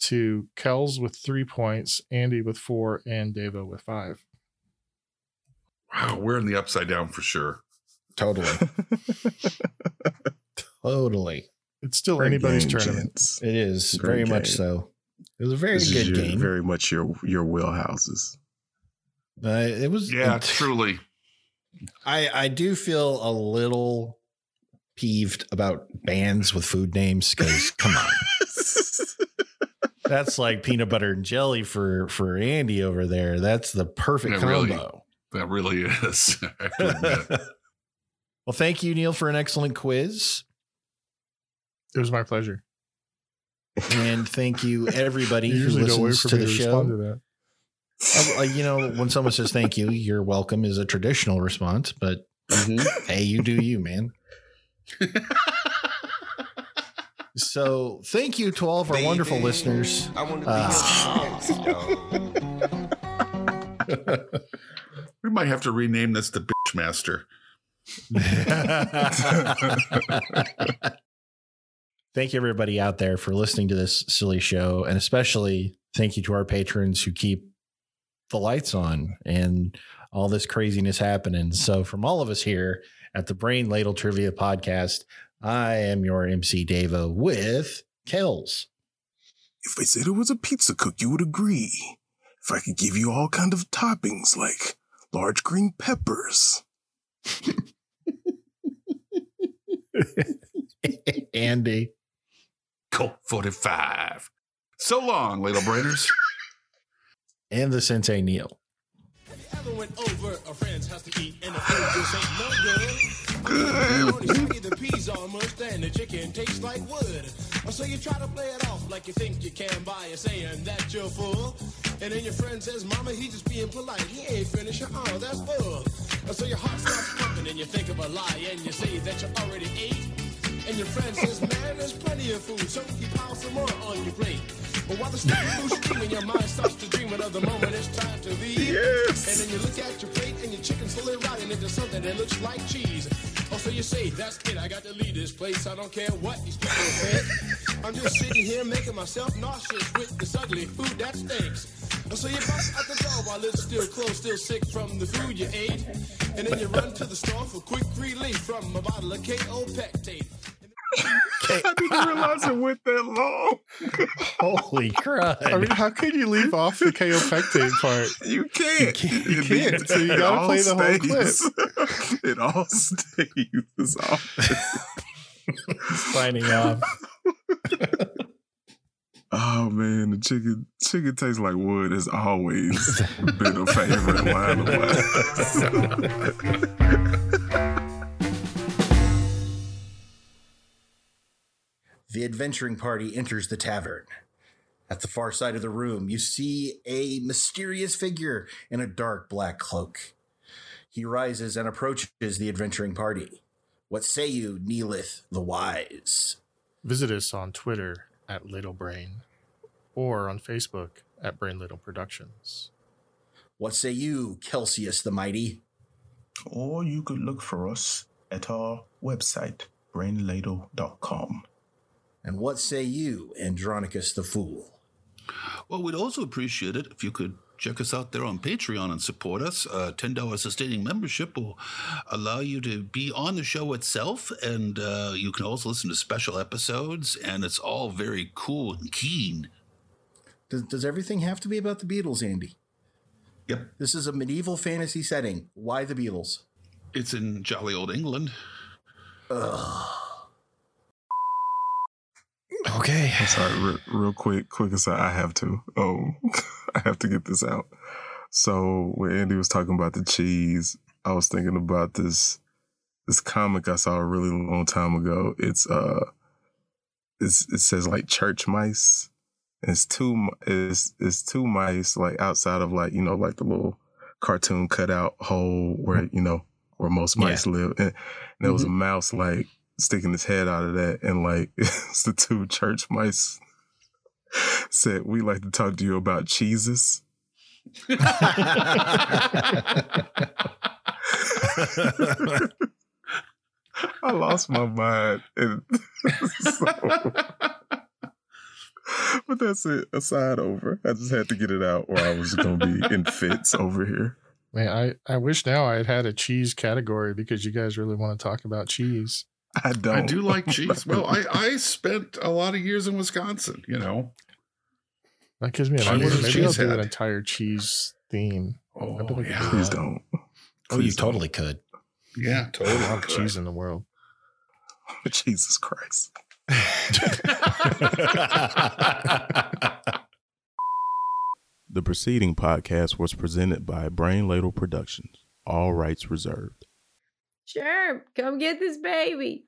Speaker 4: to Kel's with three points, Andy with four, and Devo with five.
Speaker 3: Wow, we're in the upside
Speaker 4: (laughs)
Speaker 3: down for sure.
Speaker 1: Totally. totally.
Speaker 4: It's still
Speaker 2: Great
Speaker 4: anybody's
Speaker 2: game,
Speaker 4: tournament.
Speaker 2: gents.
Speaker 1: It is
Speaker 2: Great
Speaker 1: very much
Speaker 2: game.
Speaker 1: so. It was a very
Speaker 2: This
Speaker 1: good
Speaker 2: is your-
Speaker 1: game.
Speaker 2: Very much your your wheelhouses.
Speaker 1: uh, it was.
Speaker 3: Yeah,
Speaker 1: (laughs) it-
Speaker 3: truly.
Speaker 1: I I do feel a little peeved about bands with food names
Speaker 4: (laughs)
Speaker 1: because come on, that's like peanut butter and jelly for for Andy over there. That's the perfect
Speaker 3: Yeah, really.
Speaker 1: combo.
Speaker 3: That really is. (laughs) I have to admit.
Speaker 1: (laughs) well, thank you, Neil, for an excellent quiz.
Speaker 4: It was my pleasure.
Speaker 1: And thank you, everybody
Speaker 4: (laughs) You
Speaker 1: who
Speaker 4: usually don't wait
Speaker 1: listens
Speaker 4: for
Speaker 1: to
Speaker 4: me
Speaker 1: the
Speaker 4: to respond to
Speaker 1: show.
Speaker 4: that.
Speaker 1: Uh, uh, you know, when someone says thank you, you're welcome is a traditional response, but hey, you do you, man. so thank you to all of our wonderful listeners.
Speaker 6: I want to
Speaker 2: Ah.
Speaker 9: (laughs)
Speaker 3: we might have to rename this the Bitch Master.
Speaker 1: (laughs) Thank you, everybody out there, for listening to this silly show. And especially thank you to our patrons who keep the lights on and all this craziness happening. So, from all of us here at the Brain Ladle Trivia Podcast, I am your MC Davo with Kels.
Speaker 2: If I said it was a pizza cook, you would agree. If I could give you all kind of toppings like large green peppers.
Speaker 1: (laughs) Andy.
Speaker 3: Colt 45. So long, little brainers.
Speaker 1: and the Sensei Neil.
Speaker 9: Ever went over a friend's house to eat and the food just ain't no good? Good. Only the peas almost and the chicken tastes like wood. Or So you try to play it off like you think you can by you saying that you're full. And then your friend says, Mama, he just being polite. He ain't finished. Oh, that's full. Or So your heart starts pumping and you think of a lie and you say that you already ate. And your friend says, man, there's plenty of food, so keep pile some more on your plate. But while the stomach food's steaming, your mind starts to dream another moment it's time to leave. And then you look at your plate and your chicken slowly rotting into something that looks like cheese. Oh, so you say, that's it, I got to leave this place, I don't care what these people think. I'm just sitting here making myself nauseous with this ugly food that stinks. And so you bust out the door while it's still closed, still sick from the food you ate. And then you run to the store for quick relief from a bottle of KO Pectate.
Speaker 2: I didn't realize it went that long.
Speaker 1: (laughs) Holy crud.
Speaker 4: I mean, how could you leave off the KO pectate part?
Speaker 2: You can't.
Speaker 1: You
Speaker 2: It
Speaker 4: can't,
Speaker 2: needs-
Speaker 4: so (laughs) you
Speaker 2: it
Speaker 4: gotta
Speaker 2: all
Speaker 4: play the whole
Speaker 2: stays. (laughs) it all stays. (laughs) All-
Speaker 1: signing off.
Speaker 2: Oh man, the chicken chicken tastes like wood has always been a favorite line of mine.
Speaker 8: The adventuring party enters the tavern. At the far side of the room, you see a mysterious figure in a dark black cloak. He rises and approaches the adventuring party. What say you, Neelith the Wise?
Speaker 4: Visit us on Twitter at Little Brain or on Facebook at Brain Little Productions.
Speaker 8: What say you, Celsius the Mighty?
Speaker 10: or you could look for us at our website, brainladle.com.
Speaker 8: And what say you, Andronicus the Fool?
Speaker 9: (laughs) Well, we'd also appreciate it if you could check us out there on Patreon and support us. Uh, $10 sustaining membership will allow you to be on the show itself, and uh, you can also listen to special episodes, and it's all very cool and keen.
Speaker 8: Does, does everything have to be about the Beatles, Andy?
Speaker 9: Yep.
Speaker 8: This is a medieval fantasy setting. Why the Beatles?
Speaker 9: It's in jolly old England.
Speaker 1: Okay. (laughs)
Speaker 2: (laughs) I'm sorry, re- real quick, quick aside. I have to. Um, (laughs) I have to get this out. So when Andy was talking about the cheese, I was thinking about this this comic I saw a really long time ago. It's uh, it's, it says like church mice. It's two m- it's it's two mice like outside of like you know like the little cartoon cutout hole where you know where most mice live, and, and there was a mouse like sticking his head out of that and like (laughs) it's the two church mice said we like to talk to you about cheeses (laughs) i lost my mind and (laughs) so- but that's it aside over i just had to get it out or i was gonna be in fits over here
Speaker 4: Man, I, I wish now I had had a cheese category because you guys really want to talk about cheese.
Speaker 11: I don't.
Speaker 3: I do like cheese. Well, I, I spent a lot of years in Wisconsin, you know.
Speaker 4: That gives me an
Speaker 3: I
Speaker 4: idea.
Speaker 3: was a
Speaker 4: Maybe I'll do an
Speaker 3: cheesehead.
Speaker 4: entire cheese theme. I bet I
Speaker 3: Oh,
Speaker 4: could do
Speaker 3: yeah.
Speaker 11: Please
Speaker 4: that.
Speaker 11: don't.
Speaker 1: Oh, you totally could.
Speaker 3: Yeah,
Speaker 4: A lot
Speaker 3: totally.
Speaker 4: of cheese in the world.
Speaker 11: (laughs) Jesus Christ.
Speaker 2: (laughs) The preceding podcast was presented by Brain Ladle Productions, all rights reserved.
Speaker 8: Sure, come get this baby.